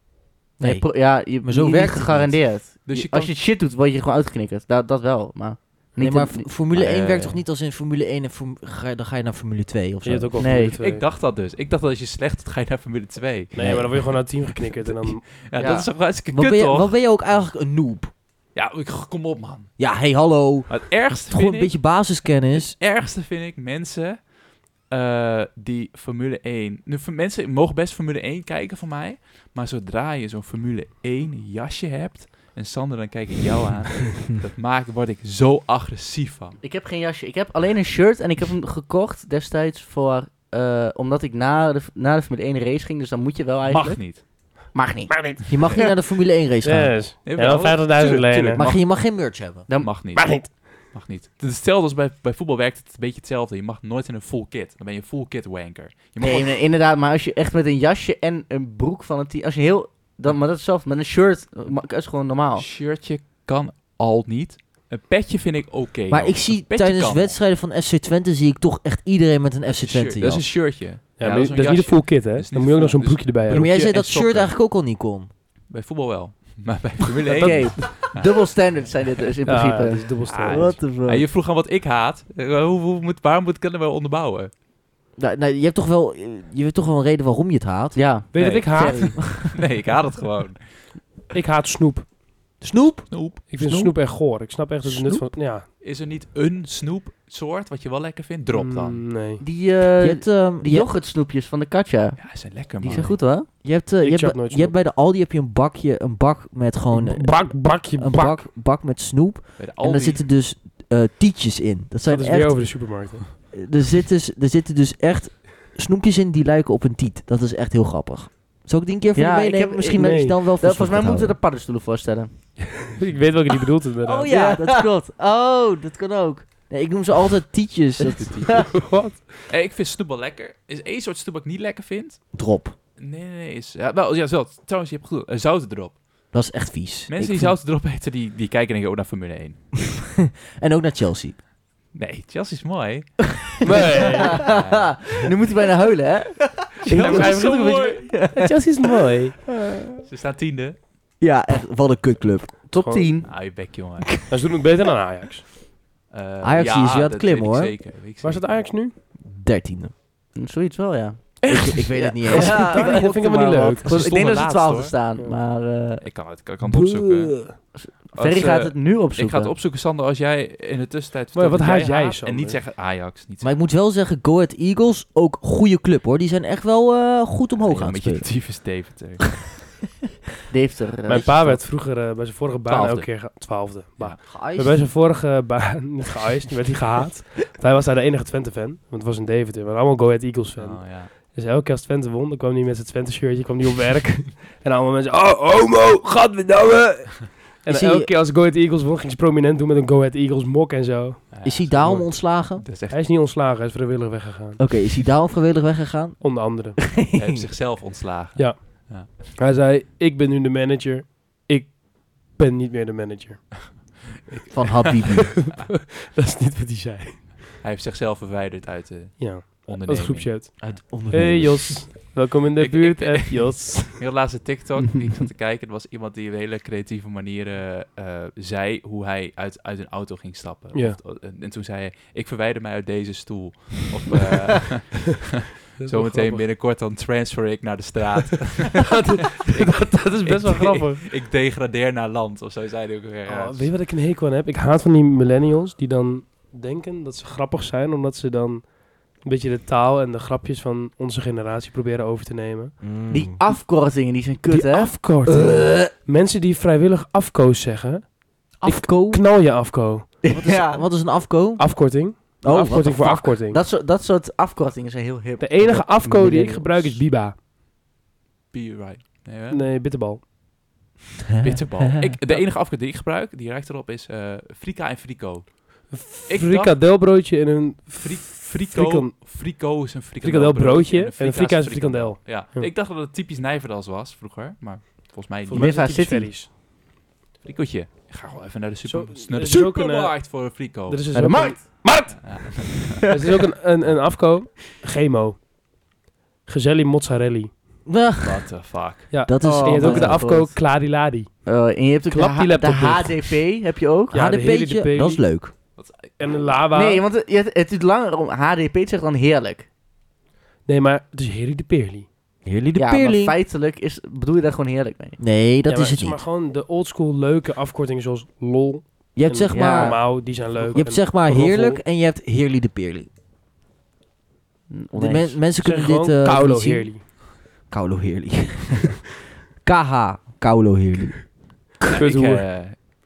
Nee.
Nee, pro- ja, je,
Maar zo
niet
werkt het
gegarandeerd.
Dus je
als
kan-
je shit doet, word je gewoon uitgeknikkerd. Dat, dat wel, maar...
Nee,
niet
maar
een-
F- Formule
Maar,
1
eh,
werkt toch niet als in Formule 1 en Form- ga, dan ga je naar Formule 2 of
Je
zo.
hebt ook al
Nee.
Formule 2.
Ik dacht dat dus. Ik dacht dat als je slecht doet, ga je naar Formule 2.
Nee, maar dan word je gewoon uit het team geknikkerd. En dan...
Ja,
Ja.
dat is toch hartstikke
Wat ben,
kut,
je,
toch?
wat ben je ook eigenlijk een noob?
Ja, ik- kom op, man.
Ja, hey hallo.
Maar het ergste
Gewoon
vind
een
ik...
beetje basiskennis.
Het ergste vind ik mensen eh, die Formule 1... Nu, voor- mensen mogen best Formule 1 kijken van mij. Maar zodra je zo'n Formule 1 jasje hebt... En Sander, dan kijk ik jou aan. dat maakt, word ik zo agressief van.
Ik heb geen jasje. Ik heb alleen een shirt en ik heb hem gekocht destijds voor... eh, omdat ik na de, na de Formule 1 race ging, dus dan moet je wel eigenlijk...
Mag niet.
Mag niet.
Maar niet.
Je mag niet naar de Formule 1 race gaan.
Yes.
Nee,
Ja,
wel.
wel 50.000
Tuurlijk,
lenen.
tuurlijk.
Maar
mag-
je mag geen merch hebben.
Dan
Mag niet.
Maar niet.
Mag niet. Het is hetzelfde als bij, bij voetbal werkt het een beetje hetzelfde. Je mag nooit in een full kit. Dan ben je een full kit wanker. Je mag
Nee,
wel-
nee, inderdaad, maar als je echt met een jasje en een broek van het team... Als je heel... Dan, maar dat is zelf, met een shirt eh, ma- is gewoon normaal.
Een shirtje kan al niet. Een petje vind ik oké.
Maar
nog.
ik zie
Een petje
tijdens
kan
wedstrijden van FC Twente zie ik toch echt iedereen met een FC
nog. Een
Twente
shirt- Dat
jas.
is een shirtje.
Ja,
dat
maar dat
is
is,
een
niet de
jasje.
full kit, hè?
Dat is niet
Dan moet je ook nog zo'n
full-
broekje erbij
Maar
hebben.
jij zei
broekje
dat
en
shirt
sokken.
eigenlijk ook al niet kon.
Bij voetbal wel. Maar bij Formule 1...
Oké, dubbel standard zijn dit dus in
Ja,
principe.
dat is dubbel
Ah,
standaard.
What the fuck?
Ja, je vroeg aan wat ik haat. Eh, Hoe, hoe moet, waar moet kunnen we onderbouwen?
Nou, nou, je hebt toch wel, eh, je hebt toch wel een reden waarom je het haat.
Ja.
Weet je
Nee,
wat ik haat?
Sorry.
Nee, ik haat het gewoon.
Ik haat snoep.
Snoep?
Snoep.
Ik vind
Snoep?
snoep, echt goor. Ik snap echt het nut van... Ja.
Is er niet een snoepsoort wat je wel lekker vindt? Drop dan.
Mm, Nee.
Die, eh,
Je hebt, ehm,
die
je,
yoghurtsnoepjes van de Katja.
Ja, ze zijn lekker,
Die
man.
zijn goed hoor.
je hebt, eh,
Ik
je,
shop
hebt,
nooit
je hebt bij de Aldi heb je een bakje, een bak met gewoon eh,
Bak, bakje,
een
bak.
bak, bak met snoep.
Bij de
En
Aldi.
daar zitten dus eh, tietjes in. Dat zijn
Dat is
echt,
weer over de supermarkt. hè.
er, zitten, dus- er zitten dus echt snoepjes in die lijken op een tiet. Dat is echt heel grappig. Zal ik die een keer voor
Ja,
je
ik
meenemen?
heb-
Misschien
nee.
ben je dan wel voor
Dat, volgens mij
snoep
moeten we
gaat
er paddenstoelen voorstellen.
Ik weet welke die bedoelt inderdaad.
houden. Oh ja, dat klopt. Oh, dat kan ook. Nee, ik noem ze altijd tietjes. Dat
Wat?
Eh, ik vind snoep wel lekker. Is één soort snoep wat ik niet lekker vind?
drop.
Nee, nee, nee. Is, ja, wel, ja, zout. Trouwens, je hebt goed. eh, zouten erop.
Dat is echt vies.
Mensen
Ik
die zouten erop eten, die, die kijken denk ik ook naar Formule 1.
vind- En ook naar Chelsea.
Nee, Chelsea is mooi.
Nee.
nu moet hij bijna huilen, hè?
Chelsea is zo mooi.
Chelsea is mooi.
Ze staan tiende.
Ja, echt. Wat een kutclub.
Top
Gewoon-
10.
Nou, je bek, jongen.
Maar ze doen het beter dan Ajax.
Eh,
Ajax is weer aan het
dat
klimmen,
weet ik
hoor.
Zeker, weet ik
Waar staat
zeker.
Ajax nu?
Dertiende.
Zoiets wel, ja.
Ik, ik weet het niet eens.
Ja,
dat vind ik helemaal niet
maar
leuk.
wat.
Ze
Ik denk
stonden
dat ze
laatst,
twaalfde
hoor.
staan, maar... eh
Ik kan het, ik kan het opzoeken. Als,
Ferry gaat
eh,
het nu opzoeken.
Ik ga het opzoeken, Sander, als jij in de tussentijd...
Maar
vertelt
wat haat jij,
En
Sander?
niet zeggen Ajax. Niet
Maar ik moet wel zeggen, Go Ahead Eagles, ook goede club hoor. Die zijn echt wel eh, goed omhoog aan
een
het
beetje
spelen.
tyfus Deventer.
Die heeft er... eh,
Mijn pa werd vroeger eh, bij zijn vorige baan
Twaalfde.
elke keer ge- twaalfde. Bah.
Ja.
Maar bij zijn vorige baan, niet geëist, werd hij gehaat. Want hij was daar de enige Twente-fan. Want het was in Deventer. We waren allemaal Go Ahead Eagles-fan.
Oh, ja.
Dus elke keer als Twente won, dan kwam hij met zijn Twente-shirtje, kwam hij op werk. en allemaal mensen, oh, homo, gadverdamme. En
Is
dan elke
hij-
keer als Go Ahead Eagles won, ging ze prominent doen met een Go Ahead Eagles mok en zo.
Ja,
Is hij daarom
mooi.
ontslagen?
Dat is echt
Hij is niet ontslagen, hij is vrijwillig weggegaan.
Oké, is hij daarom vrijwillig weggegaan?
Onder andere.
Hij heeft zichzelf ontslagen.
Ja. Hij zei, ik ben nu de manager. Ik ben niet meer de manager.
Van Habibi.
Dat is niet wat hij zei.
Hij heeft zichzelf verwijderd uit de...
Ja. Het
onderneming.
groepchat.
Uit
Hey Jos, welkom in de
Ik-
buurt,
ik-
F. Jos.
Heel laatste TikTok die ik zat te kijken, het was iemand die op hele creatieve manieren eh, zei hoe hij uit, uit een auto ging stappen.
Ja.
Of- eh, en, en toen zei hij, ik verwijder mij uit deze stoel. Of eh, zometeen binnenkort dan transfer ik naar de straat.
dat, dat is best wel
Ik-
grappig.
ik degradeer naar land, of zo zei hij ook weer.
Oh,
ja.
weet je wat ik een hekel aan heb? Ik haat van die millennials die dan denken dat ze grappig zijn, omdat ze dan een beetje de taal en de grapjes van onze generatie proberen over te nemen.
Die afkortingen, die zijn kut,
die
hè? Eh.
afkortingen. Mensen die vrijwillig afkoos zeggen,
afko.
knal je afko.
ja,
Wat is een afko?
Afkorting.
what the
afkorting voor
Oh, fuck?
afkorting.
dat, soort, dat soort afkortingen zijn heel hip.
de enige afko die ik
millennials.
gebruik is Biba.
Be right. Nee, hè?
Nee, bitterbal.
Bitterbal. ik, de enige afkort die ik gebruik, die lijkt erop, is eh frika en frico.
Een
Ik
frikadelbroodje en een...
Fri
Frikan-
frico, frico is een frikandelbroodje.
Frikandelbroodje en een frika is een frikandel.
Ja,
Ja.
ik dacht dat het typisch Nijverdals was vroeger, maar volgens mij
Volgens
niet.
mij is dat
Neva
typisch
City.
Ferries.
Frikotje. Ik ga gewoon even naar de, super,
Zo,
naar
er
de
is ook een, eh,
supermarkt voor een frico.
Er is dus
Bij de
ook een-
Ja.
Er is dus ook een, een, een afko. Chemo. Gezelli mozzarelli.
Ugh,
What the fuck.
Ja.
Dat is...
Oh,
en je hebt ook
man.
de
Ja,
afko
goed.
Klariladi.
Eh, en je hebt ook
Klap die
de, H- de
laptop
HDP, heb je ook?
Ja,
HDP
de hele
-tje,
baby.
dat is leuk.
En een lava.
Nee, want het, het, het duurt langer om HDP te zeggen dan heerlijk.
Nee, maar het is Heri de Perli.
Heerlijk de
ja,
peerling.
maar feitelijk is, bedoel je daar gewoon heerlijk mee.
Nee, dat
Ja, maar
is het
zeg
niet.
Maar gewoon de oldschool leuke afkortingen zoals lol
Je hebt
en
zeg
Ja.
maar...
Mau, die zijn leuk.
Je hebt
En
zeg maar
roffel.
heerlijk en je hebt heerly de peerly. De men- mensen
zeg
kunnen
gewoon
dit eh
Kaulo
niet zien.
Heerli.
Kaulo heerly. KH Kaulo heerly.
Ja, ik,
Kuthoer.
eh,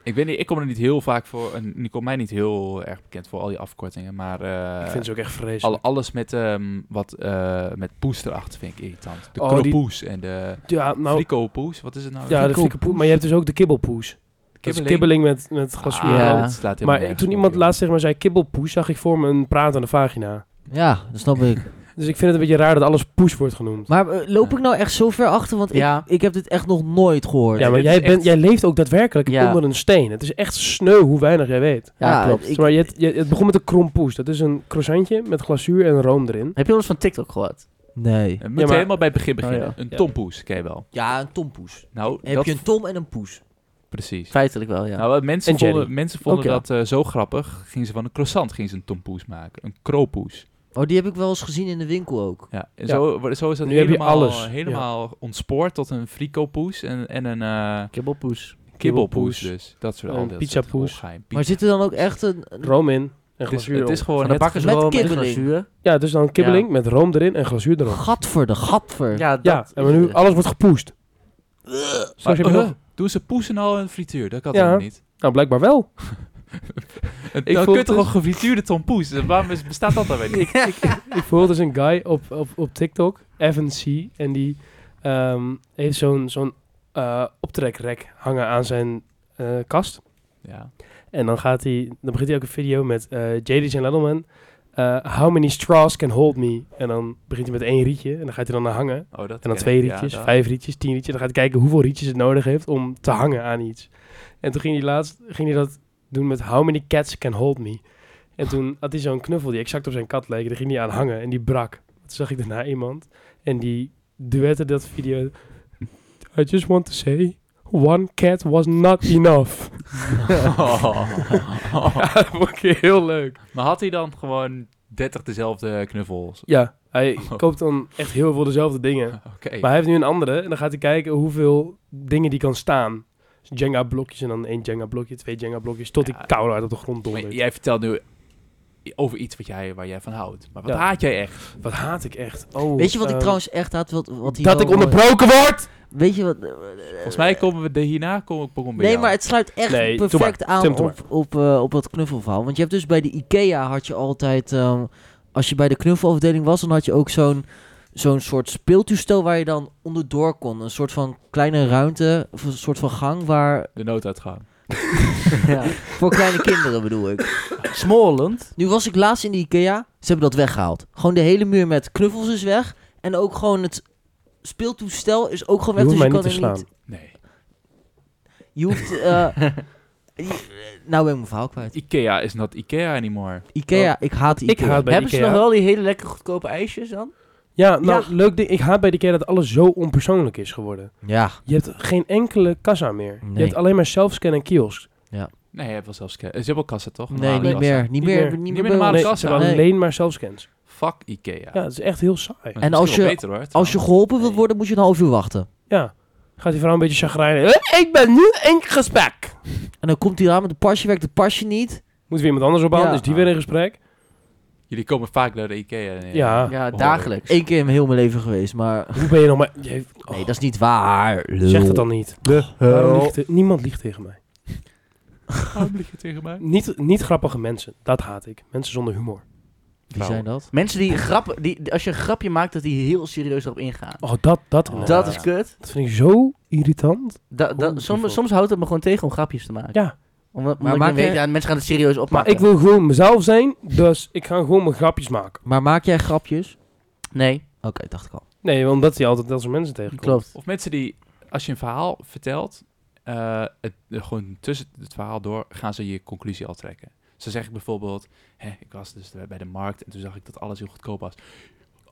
ik weet niet, ik kom er niet heel vaak voor, en ik kom mij niet heel erg bekend voor al die afkortingen, maar eh,
ik vind ze ook echt vreselijk.
al- alles met, ehm, wat, eh, met poes erachter vind ik irritant. De
Oh,
oh,
die-
en de
ja, nou,
frico poes, wat is het nou?
ja, de
Frico-
frikkelpoes. Maar je hebt dus ook de kibbelpoes. Dat is
Kibbeling.
kibbeling met, met glasuur.
Ah,
Ja.
dat slaat helemaal
Maar ik-
nergens
toen
op,
iemand
joh.
laatst tegen mij zei kibbelpoes, zag ik voor me een pratende vagina.
Ja, dat snap ik.
Dus ik vind het een beetje raar dat alles poes wordt genoemd.
Maar eh, loop ik nou echt zo ver achter? Want ik,
Ja.
ik heb dit echt nog nooit gehoord.
Ja, maar
dit is
jij, bent,
echt-
jij leeft ook daadwerkelijk
Ja.
onder een steen. Het is echt sneu hoe weinig jij weet.
Ja, klopt.
ik-
maar je, hebt- je- het begon met een krompoes. Dat is een croissantje met glazuur en room erin.
Heb je wel eens van TikTok gehoord?
nee.
We moeten
maar-
helemaal bij het begin beginnen.
Oh,
Een
Ja.
tompoes, ken je wel.
Ja, een tompoes.
Nou,
Dan heb
dat
je een tom en een poes.
precies.
Feitelijk wel, ja.
Nou, wat mensen
En Jerry.
vonden, mensen vonden
Ook ja.
dat eh, zo grappig. Gingen ze van een croissant gingen ze een tompoes maken. Een kropoes.
Oh, die heb ik wel eens gezien in de winkel ook.
Ja, en
Ja.
Zo, wo- zo is dat
Nu heb je
helemaal,
alles.
helemaal ontspoord tot een fricopoes en, en een eh,
Kibbelpoes.
kibbelpoes.
Kibbelpoes.
Dus dat soort
Een
al dat
pizzapoes.
soort ongeheim.
Maar zit er dan ook echt een... een-
Room in en
het, is,
glazuur
het is
erop.
gewoon
Van de
het
bakkersroom
met
en
kibbeling.
glazuur.
Ja, dus dan kibbeling met room erin en glazuur erop.
Gadver, de gadver.
Ja, dat
Ja, en maar nu
is het. uh.
alles wordt gepoest.
Maar,
Straks heb
eh,
je nog...
Doen ze poes en al in de frituur? Dat kan
Ja.
toch niet?
Nou, blijkbaar wel.
Een,
Ik
dan
vond
kun je toch
het- dus.
een gefrituurde tompoes? Dus Waarom is- bestaat dat dan weer niet?
Ik volg dus een guy op, op, op TikTok, Evan C. En die ehm, heeft zo'n zo'n eh, optrekrek hangen aan zijn eh, kast.
Ja.
En dan, gaat hij, dan begint hij ook een video met eh JD en Letterman. eh, how many straws can hold me? En dan begint hij met één rietje. En dan gaat hij dan naar hangen.
Oh, dat
En
ken
dan
ik.
twee
Ja,
rietjes,
dat-
vijf rietjes, tien rietjes. En dan gaat hij kijken hoeveel rietjes het nodig heeft om te hangen aan iets. En toen ging hij laatst ging hij dat doen met How many cats can hold me? En toen had hij zo'n knuffel die exact op zijn kat leek. Daar ging hij aan hangen en die brak. Toen zag ik daarna iemand en die duette dat video. I just want to say, one cat was not enough.
Oh.
Ja, dat vond ik heel leuk.
Maar had hij dan gewoon 30 dezelfde knuffels?
Ja, hij
Oh.
koopt dan echt heel veel dezelfde dingen.
Oké.
Maar hij heeft nu een andere en dan gaat hij kijken hoeveel dingen die kan staan. Dus Jenga blokjes en dan één Jenga blokje, twee Jenga blokjes, tot
Ja.
die koude uit op de grond
Maar
dondert.
jij vertelt nu over iets wat jij, waar jij van houdt. Maar wat
Ja.
haat jij echt?
Wat haat ik echt. Oh,
Weet je wat ik
ehm,
trouwens echt had? Wat, wat hier
Dat
wel
ik
hoor?
onderbroken word!
Weet je wat...
Volgens mij komen we de hierna komen we bij
Eh. Nee,
jou.
maar het sluit echt
Nee, doe
perfect aan
Tim, doe
op, op, eh, op dat knuffelverhaal. Want je hebt dus bij de IKEA had je altijd... ehm, als je bij de knuffelafdeling was, dan had je ook zo'n zo'n soort speeltoestel waar je dan onderdoor kon. Een soort van kleine ruimte, of een soort van gang waar...
de nooduitgang.
ja, voor kleine kinderen bedoel ik.
Smallend.
Nu was ik laatst in de IKEA, ze hebben dat weggehaald. Gewoon de hele muur met knuffels is weg. En ook gewoon het speeltoestel is ook gewoon
Je
weg.
hoeft
dus je
mij niet
kan
te
er
slaan.
niet...
Nee.
Je hoeft... eh, Nou ben ik mijn verhaal kwijt.
Ikea is not Ikea anymore.
Ikea, ik haat die
Oh. ik
Ikea.
haat bij
Hebben
de
ze nog
IKEA.
wel die hele lekker goedkope ijsjes dan?
Ja, nou, leuk ding. Ik haat bij de IKEA dat alles zo onpersoonlijk is geworden.
Ja,
Je hebt geen enkele kassa meer. Je
Nee.
hebt alleen maar zelfscan en kiosk.
Nee, je hebt wel zelfs... Ze hebben wel kassen, toch?
nee,
Normale
niet
kassen.
meer. Niet meer. Niet meer. bij
normale
ons.
Nee,
Ah, kassa.
ze hebben
Nee.
alleen maar zelfscans.
Fuck Ikea.
Ja, het is echt heel saai.
Maar
En
het is
als
wel
je-
beter, hoor,
Als je
trouwens.
geholpen wilt worden, moet je een half uur wachten.
Ja. Gaat die vrouw een beetje chagrijnen. "Huh, Ik ben nu in gesprek.
En dan komt hij aan met de pasje, werkt de pasje niet.
Moet weer iemand anders opbouwen,
Ja.
is die weer in gesprek?
Jullie komen vaak naar de Ikea. eh, nee.
Ja.
behoorlijk.
Oh. Eén keer in mijn heel mijn leven geweest, maar...
Hoe ben je nog maar... Je- oh,
Nee, dat is niet waar. lul.
zeg dat dan niet. Waarom liegt er- Niemand liegt tegen mij.
Waarom lieg je tegen mij?
Niet, niet grappige mensen. Dat haat ik. Mensen zonder humor.
Wie zijn dat?
Mensen die grappen, die, die- als je een grapje maakt, dat die heel serieus erop ingaan.
Oh, dat, dat,
Oh.
dat
ja.
is kut.
dat vind ik zo irritant.
Da, da-
Holy fuck.
soms, soms houdt het me gewoon tegen om grapjes te maken.
Ja.
Omdat, omdat
Maar
ik
maak
dan weet,
je-
ja, mensen gaan het serieus
Maar
oppakken.
ik wil gewoon mezelf zijn, dus ik ga gewoon mijn grapjes maken.
Maar maak jij grapjes?
Nee,
Oké, dacht ik al.
Nee, want dat je altijd dat soort mensen tegenkomt.
klopt.
Of mensen die, als je een verhaal vertelt, eh, het, eh, gewoon tussen het verhaal door gaan ze je conclusie al trekken. Zo zeg ik bijvoorbeeld, hè, ik was dus bij de markt en toen zag ik dat alles heel goedkoop was.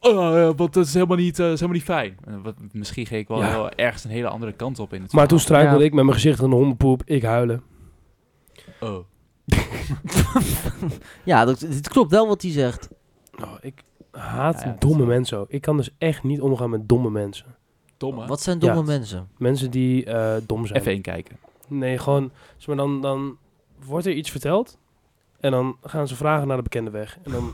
Oh, eh, want dat is helemaal niet, eh, is helemaal niet fijn. En wat, misschien ging ik wel
Ja.
heel ergens een hele andere kant op in het
Maar
verhaal.
toen struikelde
Ja.
ik met mijn gezicht in de hondenpoep. Ik huilen.
Oh.
Ja, dat, dit klopt wel wat hij zegt.
Oh, ik haat
Ja, ja, dat
domme
is-
mensen ook. Ik kan dus echt niet omgaan met domme mensen.
Domme.
Wat zijn domme
Ja.
mensen?
Mensen die eh, dom zijn.
Even kijken.
Nee, gewoon... Zeg maar, dan, dan wordt er iets verteld. En dan gaan ze vragen naar de bekende weg. En dan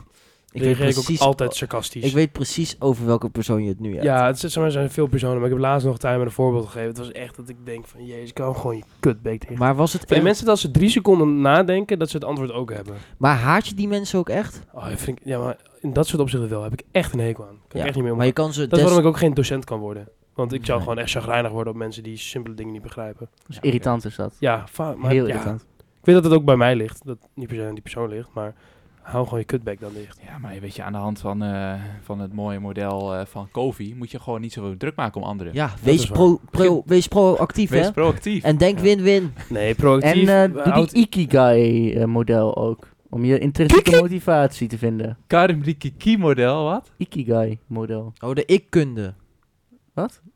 Ik weet,
reageer ik ook
precies,
altijd sarcastisch.
ik weet precies over welke persoon je het nu hebt.
Ja, het is- zeg maar, er zijn veel personen, maar ik heb laatst nog tijd met een voorbeeld gegeven. Het was echt dat ik denk van, jezus, ik kan gewoon je kutbeek tegen. Maar
Maar was het
Vind
echt...
je mensen dat als ze drie seconden nadenken, dat ze het antwoord ook hebben?
Maar haat je die mensen ook echt?
Oh, dat vind ik, ja, maar in dat soort opzichten wel heb ik echt een hekel aan. Kan ik echt niet meer
maar je
omgaan.
kan ze...
Dat is
des-
waarom ik ook geen docent kan worden. Want ik zou
Nee.
gewoon echt chagrijnig worden op mensen die simpele dingen niet begrijpen.
Dus irritant is dat.
Ja, va- maar
Heel
ja,
irritant.
Ik weet dat het ook bij mij ligt. Dat het niet per se aan die persoon ligt, maar hou gewoon je kutbek dan dicht.
Ja, maar weet je, aan de hand van, eh, van het mooie model eh, van Kofi moet je gewoon niet zo druk maken om anderen.
Ja,
is
wees,
waar.
pro, pro, wees proactief, hè?
Wees proactief.
En denk
Ja.
win-win.
Nee, proactief.
En eh, doe
houd-
die Ikigai-model ook. Om je intrinsieke motivatie te vinden.
Karim Rikiki model, wat?
Ikigai-model.
Oh, de ik-kunde.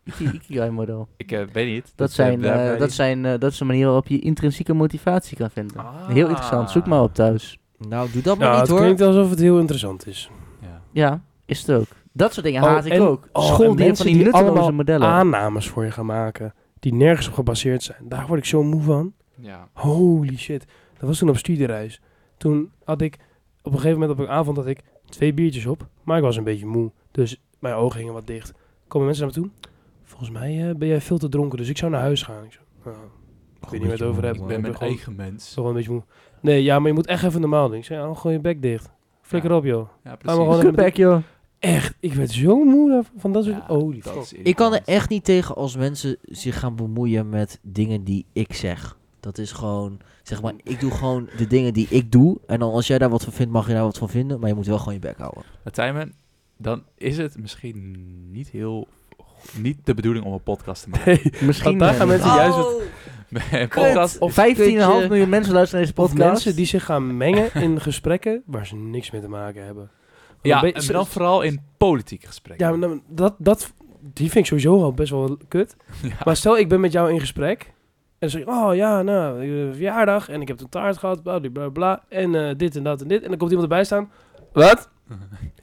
Iki- Ikigai-model.
Ik eh, weet niet.
Dat, zijn,
eh,
eh, dat, zijn, eh, dat is een manier waarop je intrinsieke motivatie kan vinden. Ah. Heel
Ah.
interessant. Zoek maar op thuis.
Nou, doe dat maar
Nou,
niet,
het
hoor.
klinkt alsof het heel interessant is.
Ja.
Ja, is het ook. Dat soort dingen
Oh,
haat ik
en-
ook.
oh, en
School die heeft
mensen
van die
die
nutteloze
allemaal
modellen.
aannames voor je gaan maken die nergens op gebaseerd zijn. Daar word ik zo moe van.
Ja.
Holy shit. Dat was toen op studiereis. Toen had ik op een gegeven moment op een avond had ik twee biertjes op, maar ik was een beetje moe. Dus mijn ogen gingen wat dicht. Komen mensen naar me toe? Volgens mij eh, ben jij veel te dronken, dus ik zou naar huis gaan. Ik, zo, nou, ik weet niet waar je het over hebt.
Ik ben mijn
gewoon-
eigen mens.
ik ben wel een beetje moe. Nee, ja, maar je moet echt even normaal doen. Ik zei, oh, gooi je bek dicht. Flikker
Ja.
op, joh.
Ja,
maar
precies.
gewoon-
Kutbek, joh.
Echt, ik werd zo moe daar- van dat oh, soort...
Ja,
holy
dat
fuck.
is
Ik kan er
irritant.
echt niet tegen als mensen zich gaan bemoeien met dingen die ik zeg. Dat is gewoon, zeg maar, ik doe gewoon de dingen die ik doe. En dan als jij daar wat van vindt, mag je daar wat van vinden. Maar je moet wel gewoon je bek houden.
Maar Tijmen, dan is het misschien niet heel... Niet de bedoeling om een podcast te maken.
Misschien
Want daar
eh,
gaan mensen juist wat-
Een podcast...
Ah,
Kut. 15,5 miljoen mensen luisteren naar deze
Of
podcast.
mensen die zich gaan mengen in gesprekken waar ze niks mee te maken hebben. Want
Ja,
een
en
beetje-
dan vooral in politieke gesprekken.
ja maar dan- dat, dat, die vind ik sowieso al best wel kut.
Ja.
Maar stel, ik ben met jou in gesprek. En dan zeg ik, oh ja, nou, eh, verjaardag. En ik heb een taart gehad, bla bla bla. bla, en eh, dit en dat en dit. En dan komt iemand erbij staan. Wat?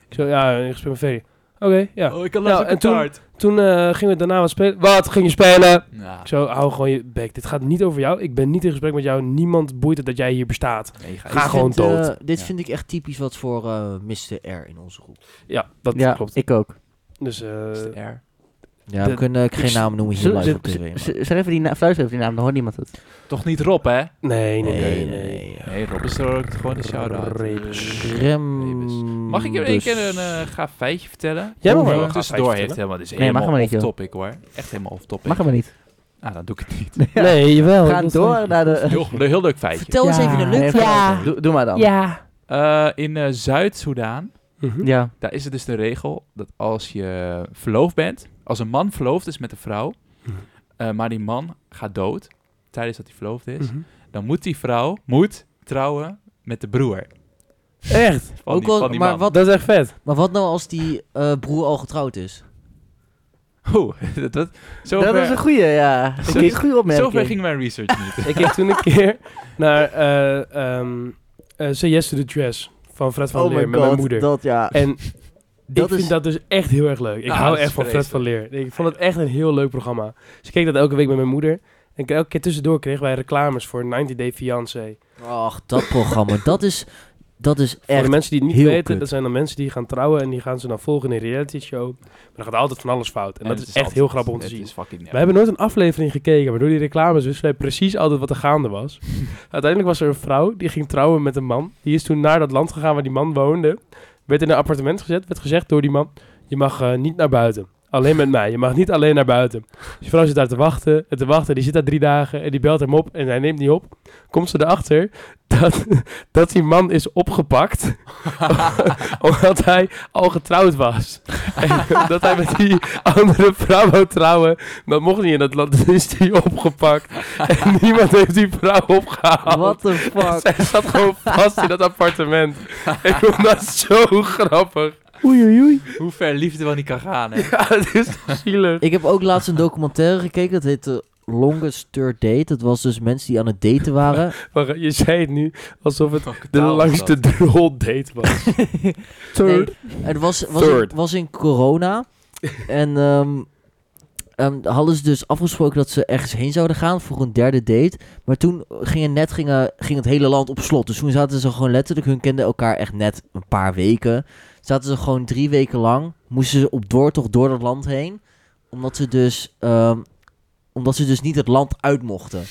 Ik zo, ja, in gesprek met Ferry. Oké, ja.
Oh, ik kan
Nou,
laatst ook
en
een
toen-
taart.
Toen eh, gingen we daarna wat spelen. Wat ging je spelen?
Ja,
Ik zo, hou gewoon je bek. Dit gaat niet over jou. Ik ben niet in gesprek met jou. Niemand boeit het dat jij hier bestaat.
nee, ga
Ga
Dit
eens-
gewoon
vind, eh,
dood.
dit
Ja.
vind ik echt typisch wat voor eh, Mr. R in onze groep.
Ja, dat
ja,
klopt.
ik ook.
Dus eh,
Is de R.
Ja,
De-
we kunnen eh, geen
ik-
namen noemen hier
Zullen-
live op
z-
tv.
z-
maar-
Zeg even die naam, fluister even die naam, dan hoort niemand het.
Toch niet Rob, hè?
nee, nee, nee,
Nee,
nee.
nee.
Nee, Rob is er ook gewoon een shout-out.
Rebus.
Eh, Rebus.
Rem...
Mag ik je een
dus-
keer een eh, gaaf feitje vertellen?
Jij mag
Oh,
wel een
eh,
gaaf
tussendoor
feitje
heeft helemaal, dit is
Nee, mag
helemaal
hem niet, joh.
off-topic hoor. Echt helemaal off-topic.
Mag hem maar niet.
Nou, dan doe ik het niet.
Nee, jawel.
We gaan door naar de...
Heel, een heel leuk feitje.
Vertel eens
Ja.
even een
Nee,
leuk verhaal.
Doe, doe maar dan.
Ja.
Eh, in eh, Zuid-Soedan,
Mhm.
Ja.
daar is het dus de regel dat als je verloofd bent, als een man
dus-
Mhm.
verloofd is met een vrouw, eh, maar die man gaat dood tijdens dat hij verloofd is, dan moet die vrouw moet trouwen met de broer.
Echt?
Van
Ook
die,
wel-
van die
maar
man.
Wat-
Dat is echt vet.
Maar wat nou als die eh, broer al getrouwd is?
Oeh, dat, dat, zover,
Dat is een goede, ja. Dat is een goede opmerking.
zover ging mijn research niet.
Ik keek toen een keer naar eh ehm eh, Say Yes to the Dress van Fred van
oh
Leer
my
met mijn
god,
moeder.
dat ja.
En
Dat
ik vind
is-
dat dus echt heel erg leuk. Ik
Ah,
hou
dat is
echt van Fred van Leer. Ik vond het echt een heel leuk programma. Dus ik keek dat elke week met mijn moeder. En ik- elke keer tussendoor kregen wij reclames voor 90 Day Fiancé.
Ach, dat programma. dat is, dat is
Voor de
echt...
mensen die het niet
heel
weten,
kut.
dat zijn dan mensen die gaan trouwen en die gaan ze dan volgen in een reality show. Maar dan gaat altijd van alles fout. En, dat is, echt heel grappig om te zien. We hebben nooit een aflevering gekeken, maar door die reclames wisten wij precies altijd wat er gaande was. Uiteindelijk was er een vrouw die ging trouwen met een man. Die is toen naar dat land gegaan waar die man woonde. Werd in een appartement gezet, werd gezegd door die man: Je mag eh, niet naar buiten. Alleen met mij. Je mag niet alleen naar buiten. Dus die vrouw zit daar te wachten en te wachten. Die zit daar drie dagen en die belt hem op en hij neemt niet op. Komt ze erachter dat, dat die man is opgepakt. omdat hij al getrouwd was. en dat hij met die andere vrouw wou trouwen. Dat mocht niet in dat land. Dus is hij opgepakt. en niemand heeft die vrouw opgehaald.
What the fuck?
Zij zat gewoon vast in dat appartement. Ik vond dat zo grappig.
Oei, oei, oei.
Hoe ver liefde wel niet kan gaan, hè?
Ja, het is toch zielig.
Ik heb ook laatst een documentaire gekeken. Dat heette Longest Third Date. Dat was dus mensen die aan het daten waren.
Wacht, je zei het nu alsof het
Fuck,
de
taal is
langste
dat.
drol date was.
Nee, het was, was,
Third.
In, was in corona. en ehm ehm, hadden ze dus afgesproken dat ze ergens heen zouden gaan voor een derde date. Maar toen gingen net gingen, ging het hele land op slot. Dus toen zaten ze gewoon letterlijk, hun kenden elkaar echt net een paar weken. Zaten ze gewoon drie weken lang, moesten ze op doortocht door dat land heen. Omdat ze dus, ehm, omdat ze dus niet het land uit mochten.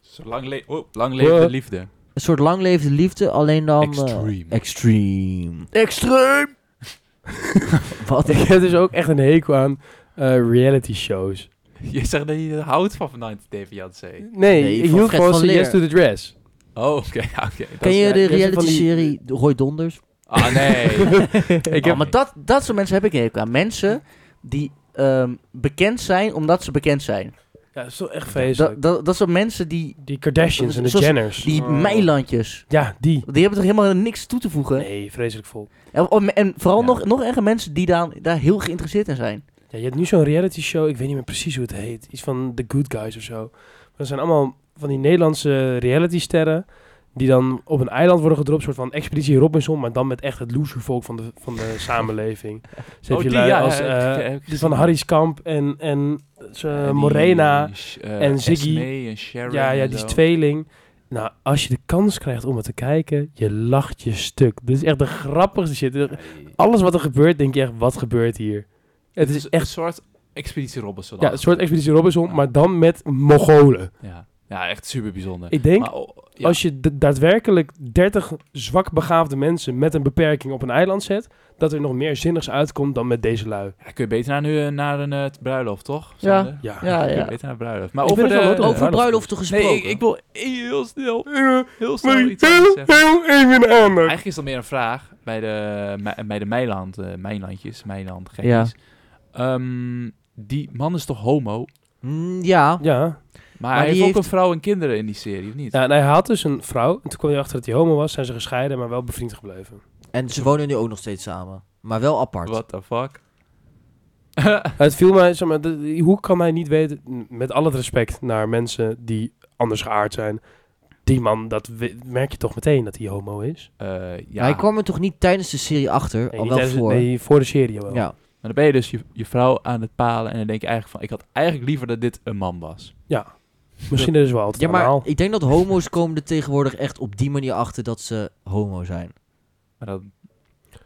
Zo Lang, le oh, lang leven de
What?
liefde.
Een soort lang leefde liefde, alleen dan... eh,
Extreme.
extreme.
Extreem!
Wat?
Ik heb dus ook echt een hekel aan eh, reality shows.
Je zegt dat je houdt van 90 Day Fiancé.
Nee,
Nee,
ik
van
hield
Fred
gewoon
van
Say
Leer.
Yes to the Dress.
Oh, oké. ja, oké. Dat
Ken
is-
je
ja,
de
je hebt van die-
reality-serie Roy Donders?
Ah, nee.
Ik
Oh,
heb,
maar dat, dat soort mensen heb ik hekel aan. Mensen die ehm, bekend zijn omdat ze bekend zijn.
ja, dat is toch echt
Dat,
vreselijk.
dat, dat zijn mensen die,
Die Kardashians en de
Zoals-
Jenners.
die
Oh.
meilandjes.
Ja, die.
Die hebben toch helemaal niks toe te voegen?
Nee, vreselijk vol.
En, om- en vooral
Ja.
nog, nog erger mensen die daar, daar heel geïnteresseerd in zijn.
Ja, je hebt nu zo'n reality show, ik weet niet meer precies hoe het heet. Iets van The Good Guys of zo. Maar dat zijn allemaal van die Nederlandse reality sterren. Die dan op een eiland worden gedropt, soort van expeditie Robinson, maar dan met echt het loservolk van de, van de samenleving. Dus heb
Oh,
je
die,
lui
ja,
als
heb ik-
eh,
heb ik
die
gezien.
van Harry's Kamp en, en ze-
En die,
Morena.
eh,
en Ziggy.
Esmee en Sharon
Ja, ja,
en
die is
zo.
tweeling. Nou, als je de kans krijgt om het te kijken, je lacht je stuk. Dit is echt de grappigste shit.
Nee.
Alles wat er gebeurt, denk je echt, wat gebeurt hier? Het is
een
echt
soort Expeditie Robinson.
ja, een soort Expeditie Robinson,
Ja.
maar dan met Mongolen.
Ja. ja, echt super bijzonder.
Ik denk,
Maar, oh, ja.
als je de- daadwerkelijk 30 zwak begaafde mensen met een beperking op een eiland zet, dat er nog meer zinnigs uitkomt dan met deze lui.
Ja, kun je beter naar, nu, eh, naar een eh, bruiloft, toch?
Ja.
Sander?
Ja.
Ja,
Kun je
ja.
beter naar bruiloft. Maar
Ik
over
ben echt wel
de...
wat
Over bruiloften gesproken.
Nee, ik, ik wil heel snel, heel snel iets anders zeggen.
even aandacht.
Eigenlijk is dat meer een vraag bij de, me- bij de Meiland, eh Meilandjes, Meiland,
Ja.
gekkies. Ehm, die man is toch homo?
Mm, ja.
Ja.
Maar, hij
die
heeft ook
heeft-
een vrouw en kinderen in die serie, of niet?
ja, en hij had dus een vrouw. En toen kwam hij achter dat hij homo was, zijn ze gescheiden, maar wel bevriend gebleven.
En ze wonen nu ook nog steeds samen. Maar wel apart.
What the fuck?
Het viel mij, zeg maar, de- hoe kan hij niet weten, m- met al het respect naar mensen die anders geaard zijn, die man, dat we- merk je toch meteen dat hij homo is?
Eh, ja,
Maar Hij kwam er toch niet tijdens de serie achter?
Nee,
al
niet
wel
tijdens-
voor.
Nee, voor de serie wel.
ja.
Maar dan ben je dus je, je vrouw aan het palen en dan denk je eigenlijk van... Ik had eigenlijk liever dat dit een man was.
Misschien is het wel altijd
ja, maar
normaal.
ik denk dat homo's komen er tegenwoordig echt op die manier achter dat ze homo zijn.
Maar dan... Is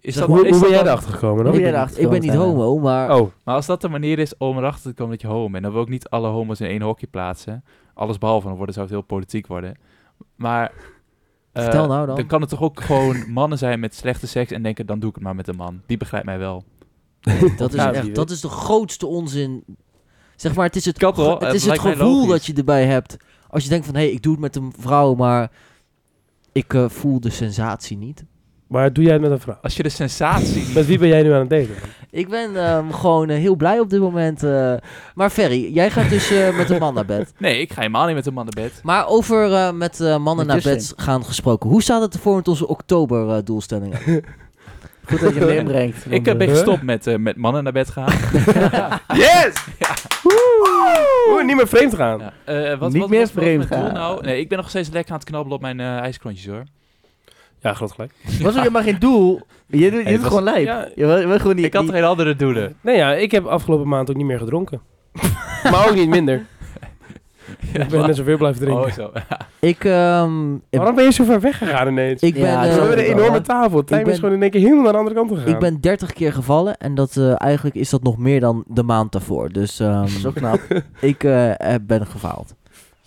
Is
dat,
hoe,
is
hoe ben
dat
jij
dan-
erachter gekomen dan?
Hoe
ik
ben
ben, niet,
jij erachter
ik ben niet
gekomen,
homo, maar...
Oh,
Maar als dat de manier is om erachter te komen dat je homo bent, dan wil ik niet alle homo's in één hokje plaatsen. Alles behalve, dan worden, zou het heel politiek worden. Maar. eh,
Vertel nou dan.
Dan kan het toch ook gewoon mannen zijn met slechte seks en denken: dan doe ik het maar met een man. Die begrijpt mij wel.
Dat is,
Ja,
echt,
Oh, die
dat is de grootste onzin. Zeg maar, het is het,
Kan toch?
ge- het,
Het
is het
lijkt mij
gevoel
logisch.
dat je erbij hebt. Als je denkt van, hé, hey, ik doe het met een vrouw, maar ik eh, voel de sensatie niet.
maar doe jij het met een vrouw?
Als je de sensatie.
Met wie ben jij nu aan het daten?
Ik ben ehm, gewoon eh, heel blij op dit moment. eh. maar Ferry, jij gaat dus eh, met een man naar bed.
Nee, ik ga helemaal niet met een man naar bed.
Maar over eh, met eh, mannen
Met
naar bed
Justin.
gaan gesproken. Hoe staat het ervoor met onze eh, oktober-doelstellingen?
Goed dat je hem inbrengt.
Ik eh, ben
Huh?
gestopt met, eh, met mannen naar bed gaan.
Yes! Oeh, niet meer vreemd gaan.
Ja. Eh, wat,
Niet
wat,
meer
wat- wat-
vreemd
wat doel
gaan.
nou? Nee, ik ben nog steeds lekker aan het knabbelen op mijn eh, ijsklontjes hoor.
Ja, groot gelijk.
Was er helemaal geen doel? Je doet, je
het
doet
was-
gewoon lijp.
ja.
Je was, je was gewoon niet,
Ik had geen andere doelen.
Nee, ja, ik heb afgelopen maand ook niet meer gedronken. maar ook niet minder. Ik ben net zoveel blijven drinken.
Oh, zo.
Ik, ehm,
Waarom ben je zo ver weggegaan ineens?
ik ben, eh,
Ja,
we
dat
hebben een
wel,
enorme
hè?
tafel. Tijm
ben-
is gewoon in één keer helemaal naar de andere kant gegaan.
ik ben 30 keer gevallen en dat, eh, eigenlijk is dat nog meer dan de maand daarvoor. Dus ehm,
Dat is ook knap.
ik eh, heb- ben gefaald.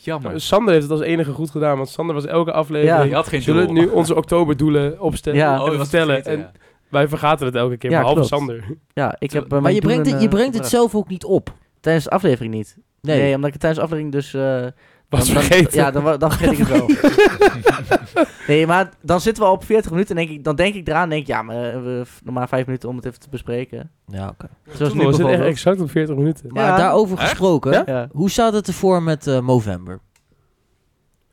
Nou,
Jammer.
Sander heeft het als enige goed gedaan, want Sander was elke
Ja.
aflevering.
Je had geen
Zullen we
doel.
nu onze oktoberdoelen opstellen
Ja.
en
Oh, je was
vertellen?
vergeten, ja.
en wij vergaten het elke keer,
Ja,
behalve
klopt.
Sander.
Ja, ik heb eh,
Maar
mijn
je brengt,
doelen,
het, je
eh,
brengt het
gebracht.
zelf ook niet op.
Tijdens de aflevering niet.
Nee.
Nee, omdat ik het tijdens de aflevering dus... eh,
Was
dan- dan-
vergeten.
Ja, dan, wa- dan vergeet ik het wel. nee, maar dan zitten we al op 40 minuten en denk ik, dan denk ik eraan denk ik, ja, maar eh, we hebben nog maar 5 minuten om het even te bespreken.
Ja, oké.
Zoals
Toen
nu
was het Oh, echt
bijvoorbeeld.
exact op 40 minuten.
Maar
Ja.
daarover
Echt?
gesproken,
Ja?
Ja.
hoe staat het ervoor met eh Movember?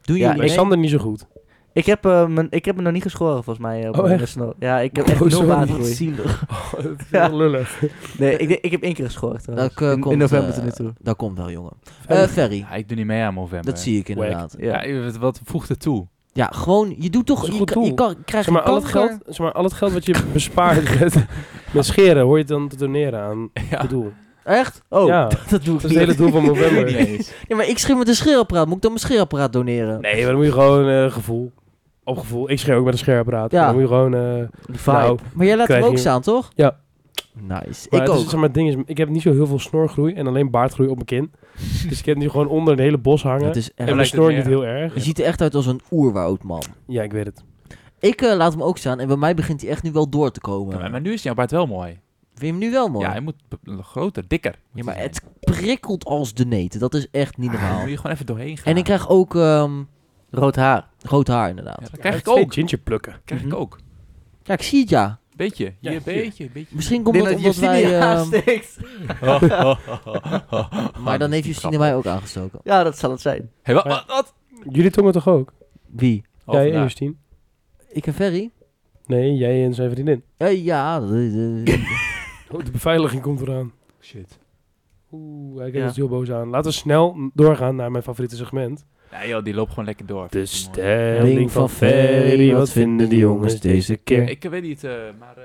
Doen
Ja,
jullie
Bij
mee?
Sander niet zo goed.
Ik, heb, eh, mijn, ik heb me nog niet geschoren volgens mij. eh, op
Oh,
mijn
echt?
snor. Ja, ik heb echt
Oh,
nul
zo
watergroei.
Het is
Ja.
heel lullig.
Nee, ik, ik heb één keer geschoren trouwens.
Dat, eh,
in,
komt,
in november
eh,
tot nu toe.
Dat komt wel, jongen. Eh
Verder.
Ferry,
Ja, ik doe niet mee aan november.
dat zie ik inderdaad.
Ja.
Ja, wat- wat voegt het toe?
Ja, gewoon, je doet toch...
Dat is
Je,
een goed
kan- je
doel.
kan, krijgt
Zeg maar, al het
kanker.
geld, zeg maar, al het geld wat je bespaart met, met scheren, hoor je dan te doneren aan
Ja.
het doel.
Echt?
Oh,
ja, dat
Dat doe ik
is het hele
niet.
doel van november.
Niet
Nee,
eens.
Ja, maar ik schreeuw met een scheerapparaat. Moet ik dan mijn scheerapparaat doneren?
maar dan moet je gewoon eh, gevoel. Op gevoel. Ik schreeuw ook met een scheerapparaat.
Ja.
Dan moet je gewoon... eh,
die vibe.
nou,
Maar jij laat
Krijg
hem ook
je-
staan, toch?
Ja.
Nice.
Maar
ik
het is-
ook.
zeg maar, het ding is, ik heb niet zo heel veel snorgroei en alleen baardgroei op mijn kin. dus ik heb nu gewoon onder een hele bos hangen.
Het is echt...
lijkt
en mijn
het
snor
meer.
niet heel erg.
Je ziet er echt uit als een oerwoudman.
Ja, ik weet het.
Ik eh, laat hem ook staan en bij mij begint hij echt nu wel door te komen.
Ja, maar- maar nu is jouw baard wel mooi.
Vind je hem nu wel mooi?
Ja, hij moet b- groter, dikker. moet
Ja,
hij
maar
zijn.
het prikkelt als de neten. Dat is echt niet
Ah,
normaal.
dan moet je gewoon even doorheen gaan.
en ik krijg ook ehm,
Rood haar.
rood haar, inderdaad.
Ja, dat
Ja,
krijg ik
twee
ook.
ginger plukken.
Krijg ik
Mhm.
ook.
Ja, ik zie het ja.
Beetje. Hier,
Ja, hier.
beetje, beetje.
Misschien
Ik
komt
denk
dat
dat je
omdat
Justine je
wij...
haar
ehm,
steekt.
maar dan heeft Justine mij ook aangestoken.
Ja, dat zal het zijn.
Hé, wat, wat, wat?
Jullie tongen toch ook?
Wie?
Oh,
jij en
vandaar.
Justine?
Ik en Ferry?
Nee, jij en zijn vriendin.
Eh, ja, dat is, eh,
Oh, de beveiliging komt eraan.
Shit.
Oeh, hij kijkt
Ja.
ons heel boos aan. Laten we snel doorgaan naar mijn favoriete segment.
Nee joh, die loopt gewoon lekker door.
De
Vind ik mooi.
stelling van Ferry. Wat vinden die jongens deze keer?
Ik eh, weet niet, eh, maar... eh,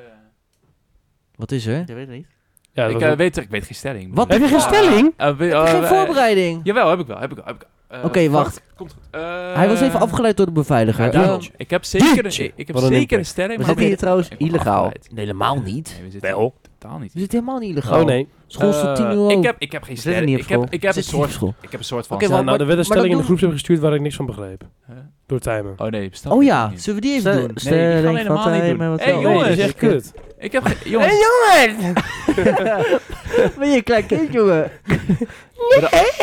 wat is er?
Je weet het niet.
Ja, dat
ik,
was
eh,
het.
weet, ik weet geen stelling.
Wat?
Heb je geen
Ah.
stelling?
Eh, we- eh,
Geen
eh,
voorbereiding.
Jawel, heb ik wel, heb ik wel. heb ik wel. Eh,
Oké,
fuck,
wacht.
Komt goed. Eh,
Hij was even afgeleid door de beveiliger.
Ja,
Ehm,
daarom. ik heb zeker,
Jeetje.
een, ik heb
Wat een
zeker
impact.
een stelling,
We
maar...
zitten hier trouwens
Ik ben
illegaal.
afgeleid.
nee, helemaal niet.
Nee, we zitten
Wel.
totaal niet.
We zitten helemaal niet illegaal.
Oh nee.
School is tot
Eh,
tien uur
Ik
open.
heb, ik heb geen
zitten
stelling.
niet op
Ik heb,
school.
ik, heb een
Zit niet op
soort,
school.
ik heb een soort van...
Oké,
Ja,
maar-
nou, er werd een
maar
stelling in
dat
de groepsapp gestuurd waar ik niks van begreep.
Huh?
Door Timer.
Oh nee, snap
Oh
ik
ja,
niet.
zullen we die even
Stel-
doen?
stel-
Nee, die gaan we
Stelling van
helemaal niet doen.
Tijmen, wat
hey,
wel.
Nee,
jongens,
Oh, dat is echt kut.
ik heb geen... Jongens,
Ben je een klein kind, jongen?
bedankt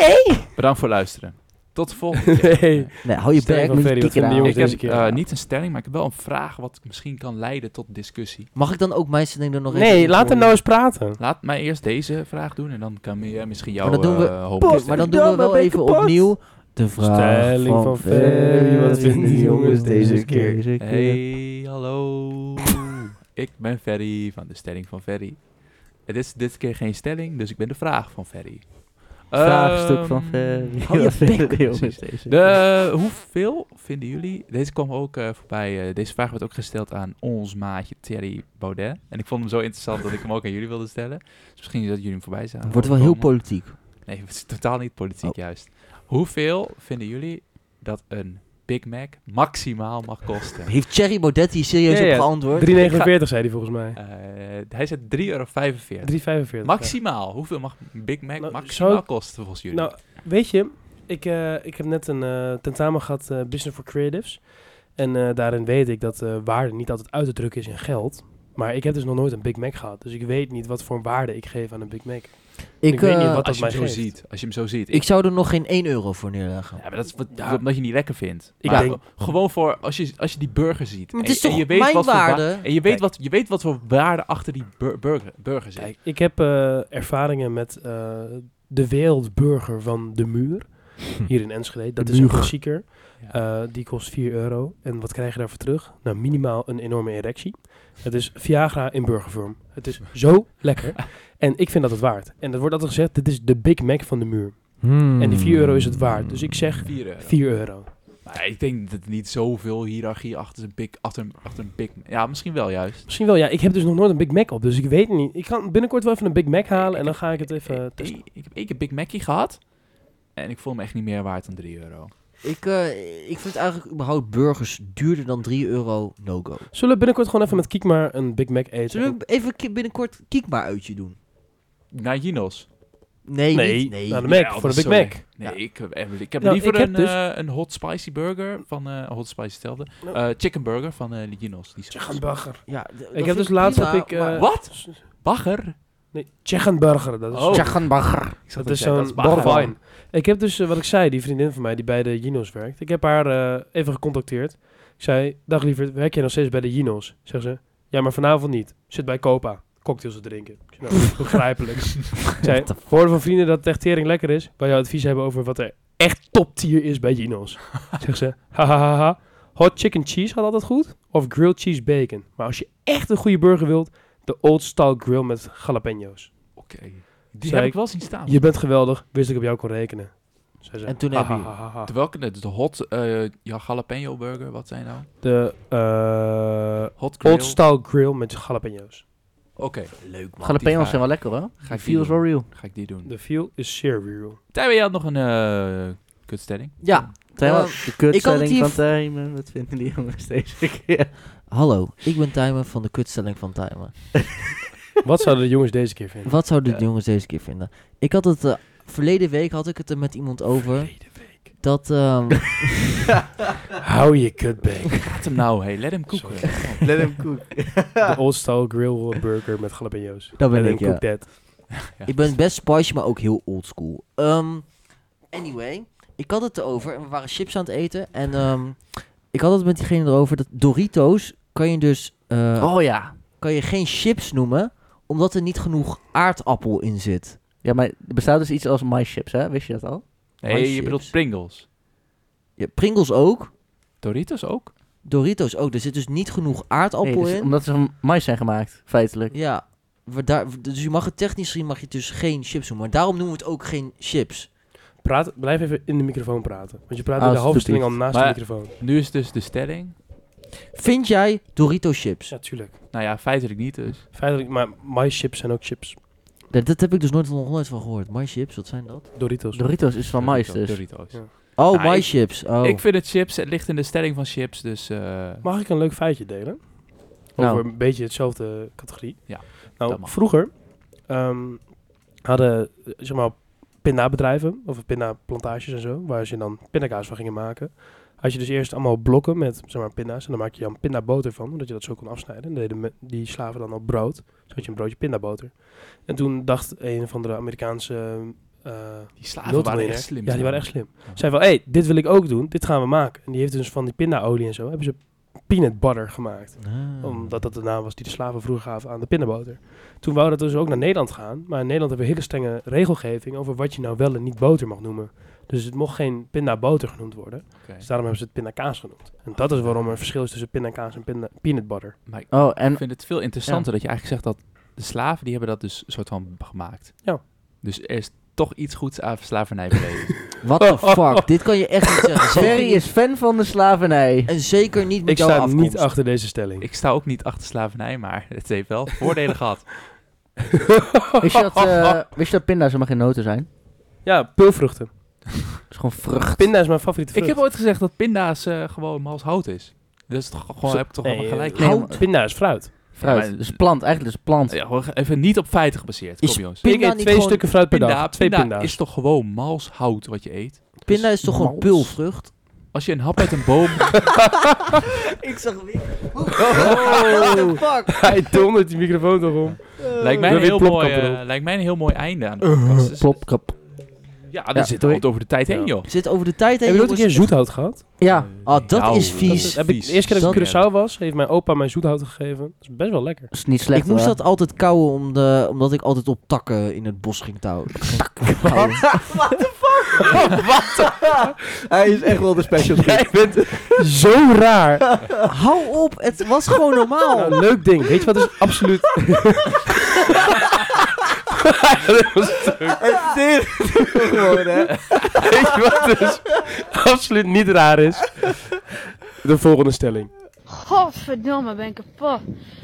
voor het luisteren. Tot de volgende keer.
Nee.
Nee, hou je
Stel
bek,
even,
moet je
Ferry,
kikker
wat vinden
aan.
jongens
Ik heb
deze keer.
eh, niet een stelling, maar ik heb wel een vraag wat misschien kan leiden tot discussie.
Mag ik dan ook mijn stelling er nog even
Nee,
in
laat hem
gooien?
nou eens praten.
Laat mij eerst deze vraag doen en dan kan je misschien jouw
Maar dat doen we-
eh, hoop
nou-
Oké, Maar dan doen we
Godverdamme,
wel
ben ik
even
kapot.
opnieuw de vraag
Stelling
van,
van Ferry, wat vinden die jongens deze keer?
Hey, hallo. ik ben Ferry van de stelling van Ferry. Het is dit keer geen stelling, dus ik ben de vraag van Ferry.
Vraagstuk van
Ehm,
Ferry.
hou je
Wat vinden de
bek.
jongens deze?
De, hoeveel vinden jullie? Deze kwam ook eh, voorbij. eh, deze vraag werd ook gesteld aan ons maatje Thierry Baudet. En ik vond hem zo interessant dat ik hem ook aan jullie wilde stellen. Dus misschien dat jullie hem voorbij zijn.
Het wordt wel heel
gekomen.
politiek.
Nee, het is totaal niet politiek
Oh.
juist. Hoeveel vinden jullie dat een Big Mac maximaal mag kosten?
Heeft Thierry Baudet hier serieus
Ja, ja.
op geantwoord?
3,49 zei hij volgens mij.
Eh, hij zegt 3,45 euro.
3,45.
Maximaal. Hoeveel mag een Big Mac
Nou,
maximaal
zou ik-
kosten volgens jullie?
Nou, weet je, ik, eh, ik heb net een eh, tentamen gehad, eh, Business for Creatives. En eh, daarin weet ik dat eh, waarde niet altijd uit te drukken is in geld. Maar ik heb dus nog nooit een Big Mac gehad. Dus ik weet niet wat voor waarde ik geef aan een Big Mac.
Ik,
Ik weet niet
eh,
wat-
als je
mij
hem zo
geeft.
ziet. Als je hem zo ziet.
ik zou er nog geen 1 euro voor neerleggen.
ja, maar dat is wat,
Ja.
omdat je niet lekker vindt.
Ik
Maar
denk-
Gewoon voor als je, als je die burger ziet.
Maar het
en-
is
en
toch
je weet
mijn
wat voor wa-
waarde?
En je weet,
Kijk.
wat, je weet wat voor waarde achter die bur- burger, burger zit.
Kijk, ik heb eh, ervaringen met eh, de wereldburger van De Muur. Hier in Enschede. Dat
De
is een
Muur.
klassieker.
Ja.
Eh, die kost 4 euro. En wat krijg je daarvoor terug? Nou, minimaal een enorme erectie. Het is Viagra in burgervorm. Het is zo lekker. En ik vind dat het waard. En dat wordt altijd gezegd, dit is de Big Mac van de muur.
Hmm.
En die 4 euro is het waard. Dus ik zeg
4 euro.
4 euro.
Maar ik denk dat er niet zoveel hiërarchie achter een big, achter, een- achter een big... Ja, misschien wel juist.
Misschien wel, ja. Ik heb dus nog nooit een Big Mac op. Dus ik weet het niet. Ik kan binnenkort wel even een Big Mac halen. En dan ga ik het even eh,
Ik,
testen.
ik, heb één keer Big Mackie gehad. En ik voel me echt niet meer waard dan 3 euro.
Ik, eh, ik vind eigenlijk überhaupt burgers duurder dan 3 euro no-go.
Zullen we binnenkort gewoon even met Kiek maar een Big Mac eten?
Zullen we even ki- binnenkort kiekbaar uitje doen?
Naar Ginos.
Nee,
Nee,
niet, nee.
naar de Mac,
Ja,
voor de Big
sorry.
Mac.
Nee, ik, heb- ik heb
Nou,
liever
ik heb
een,
dus-
eh, een hot spicy burger van... eh, hot spicy hetzelfde.
Nou.
Eh, chicken burger van eh Ginos. Die is-
Tjechenburger.
Ja, d- dat
Ik
vind
heb dus laatst
prima,
heb ik...
maar-
eh,
Wat? Bagger?
Nee, Tjechenburger. Dat is,
Oh.
Tjachenbagger.
Ik zat
dat
te
is
zeggen,
zo'n
bagger.
barwijn. Ik heb dus, eh, wat ik zei, die vriendin van mij die bij de Ginos werkt. Ik heb haar eh, even gecontacteerd. Ik zei, dag lieverd, werk jij nog steeds bij de Ginos? Zegt ze, ja, maar vanavond niet. Zit bij Copa. Cocktails te drinken. Ik zei, nou, begrijpelijk. Ik zei, hoorde van vrienden dat het echt tering lekker is. Wil jou advies hebben over wat er echt top tier is bij Ginos? Zegt ze, ha ha ha ha. Hot chicken cheese gaat altijd goed. Of grilled cheese bacon. Maar als je echt een goede burger wilt, de old style grill met jalapeno's.
Oké. Die
Zei
heb ik
ik-
wel zien staan.
Je bent geweldig, wist ik op jou kon rekenen. Zij zei,
En toen
"Ha,
heb
ha,
je-
ha, ha, ha."
Terwijl ik net de hot eh, ja, jalapeno burger, wat zijn nou?
de eh,
Hot grill.
Old Style Grill met jalapeno's.
Oké,
Leuk man.
Die
Jalapenos
ga-
zijn wel lekker hoor.
ga ik die
Feels
doen.
wel real.
ga ik die doen.
De feel is zeer real.
Tijmen, je had nog een eh kutstelling.
Ja,
Tijmen,
Eh,
de
het
kutstelling
hier
van
v-
Tijmen. Wat vinden die jongens deze keer?
hallo. Ik ben Timer van de kutstelling van Timer.
Wat zouden de jongens deze keer vinden?
Wat zouden de
Ja.
jongens deze keer vinden? Ik had het... eh, verleden week had ik het er met iemand over. Dat... ehm,
Hou je kutbeen.
Laat hem nou, hey, let hem koeken.
Let hem cook.
De Old Style Grill burger met jalapeno's.
dat ben
En
ik,
een
ja.
cook that.
Ja.
Ik ben best spicy, maar ook heel oldschool. Ehm anyway, ik had het erover en we waren chips aan het eten. En ehm, ik had het met diegene erover dat Doritos kan je dus eh,
Oh ja.
kan je geen chips noemen, omdat er niet genoeg aardappel in zit.
Ja, maar er bestaat dus iets als my chips, hè? Wist je dat al?
Nee, je bedoelt Pringles.
Ja, Pringles ook,
Doritos ook?
Doritos ook. Er zit dus niet genoeg aardappel
Nee, dus
in.
Omdat ze van mais zijn gemaakt, feitelijk.
Ja, we daar, dus je mag het technisch gezien mag je het dus geen chips noemen. Maar daarom noemen we het ook geen chips.
Praat, blijf even in de microfoon praten. Want je praat
Ah,
in de halve
alsjeblieft.
stelling al naast
Maar-
de microfoon.
Nu is dus de stelling.
Vind jij Doritos chips?
Ja, tuurlijk.
Nou ja, feitelijk niet dus.
Feitelijk, maar my chips zijn ook chips.
Dat, dat heb ik dus nooit, nog nooit van gehoord. My chips, wat zijn dat?
Doritos.
Doritos is van mais
Doritos,
dus.
Doritos.
Ja.
Oh,
Nou,
my
ik-
chips. Oh.
Ik vind het chips, het ligt in de stelling van chips, dus... eh,
Mag ik een leuk feitje delen?
Nou.
Over een beetje hetzelfde categorie.
Ja,
Nou,
dat mag.
vroeger ehm, hadden, eh, zeg maar, pindabedrijven, of pindaplantages en zo, waar ze dan pindakaas van gingen maken. Had je dus eerst allemaal blokken met, zeg maar, pinda's. En dan maak je dan pindaboter van, omdat je dat zo kon afsnijden. En deden me- die slaven dan al brood. Zo had je een broodje pindaboter. En toen dacht een van de Amerikaanse... eh,
die slaven waren echt slim.
ja, die waren echt slim.
Ja.
Zei van, hé, hey, dit wil ik ook doen. Dit gaan we maken. En die heeft dus van die pindaolie en zo, hebben ze peanut butter gemaakt.
Ah.
Omdat dat de naam was die de slaven vroeger gaven aan de pindaboter. Toen wou dat dus ook naar Nederland gaan. Maar in Nederland hebben we hele strenge regelgeving over wat je nou wel en niet boter mag noemen. Dus het mocht geen pindaboter genoemd worden.
Oké.
Dus daarom hebben ze het pindakaas genoemd. En dat is waarom er een verschil is tussen pindakaas en pinda peanut butter.
Maar ik
Oh, en
vind het veel interessanter dat je eigenlijk zegt dat de slaven, die hebben dat dus soort van gemaakt.
Ja.
Dus er is toch iets goeds aan slavernij beleven.
What the Oh, fuck? Dit kan je echt niet zeggen. Zeker
Ferry
niet-
is fan van de slavernij.
En zeker niet met
Ik
jouw
sta
afkomst.
niet achter deze stelling.
ik sta ook niet achter slavernij, maar het heeft wel voordelen gehad.
Wist je dat, eh, wist je dat pinda's helemaal geen noten zijn?
Ja, peulvruchten.
Het is gewoon vrucht.
Pinda is mijn favoriete
Ik
vrucht.
heb ooit gezegd dat pinda's eh, gewoon mals hout is. Dat is toch gewoon,
Zo-
heb ik toch
Nee,
allemaal gelijk.
nee,
Hout?
maar-
Pinda is fruit.
Fruit.
Ja, maar-
dus plant, eigenlijk is plant.
Ja, gewoon even niet op feiten gebaseerd. Kom
Is
jongens.
Pinda
ik eet
niet
twee
gewoon-
stukken fruit per
Pinda,
dag. Twee
pinda
pinda's.
is toch gewoon mals hout wat je eet?
Pinda is toch gewoon
Mals.
pulvrucht?
Als je een hap uit een boom...
Ik zag weer. What
Oh,
the fuck?
hij dondert die microfoon toch om.
lijkt, mij een
Dan weer
heel mooi,
plopkap
eh,
erop.
lijkt mij een heel mooi einde aan de podcast. Dus- eh,
Plopkap.
ja, daar
Eh, Ja,
zit
doei.
het over de tijd heen,
Ja.
joh.
Zit over de tijd heen.
Heb je ooit een keer
jongens.
zoethout gehad?
Ja. Ah, dat
Nou,
is vies.
dat
Heb ik,
vies.
de eerste keer dat ik op
Dat-
Curaçao was, heeft mijn opa mij zoethout gegeven. Dat is best wel lekker.
is niet slecht. Ik moest dat altijd kauwen om de, omdat ik altijd op takken in het bos ging touwen. Kauwen.
Hij is echt wel de special guest.
Zo raar.
Hou op, het was gewoon normaal.
Nou, leuk ding. Weet je wat is absoluut... Dat was leuk.
Gewoon, hè?
Weet je wat dus absoluut niet raar is? De volgende stelling.
Godverdomme, ben ik kapot.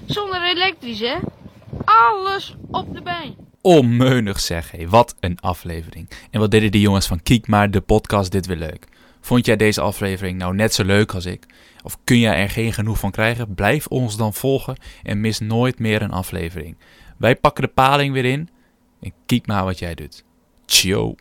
Zonder elektrisch, hè? Alles op de been.
Onmeunig zeg, hé. Wat een aflevering. En wat deden die jongens van Kiek maar de podcast dit weer leuk. Vond jij deze aflevering nou net zo leuk als ik? Of kun jij er geen genoeg van krijgen? Blijf ons dan volgen en mis nooit meer een aflevering. Wij pakken de paling weer in en kiek maar wat jij doet. Ciao.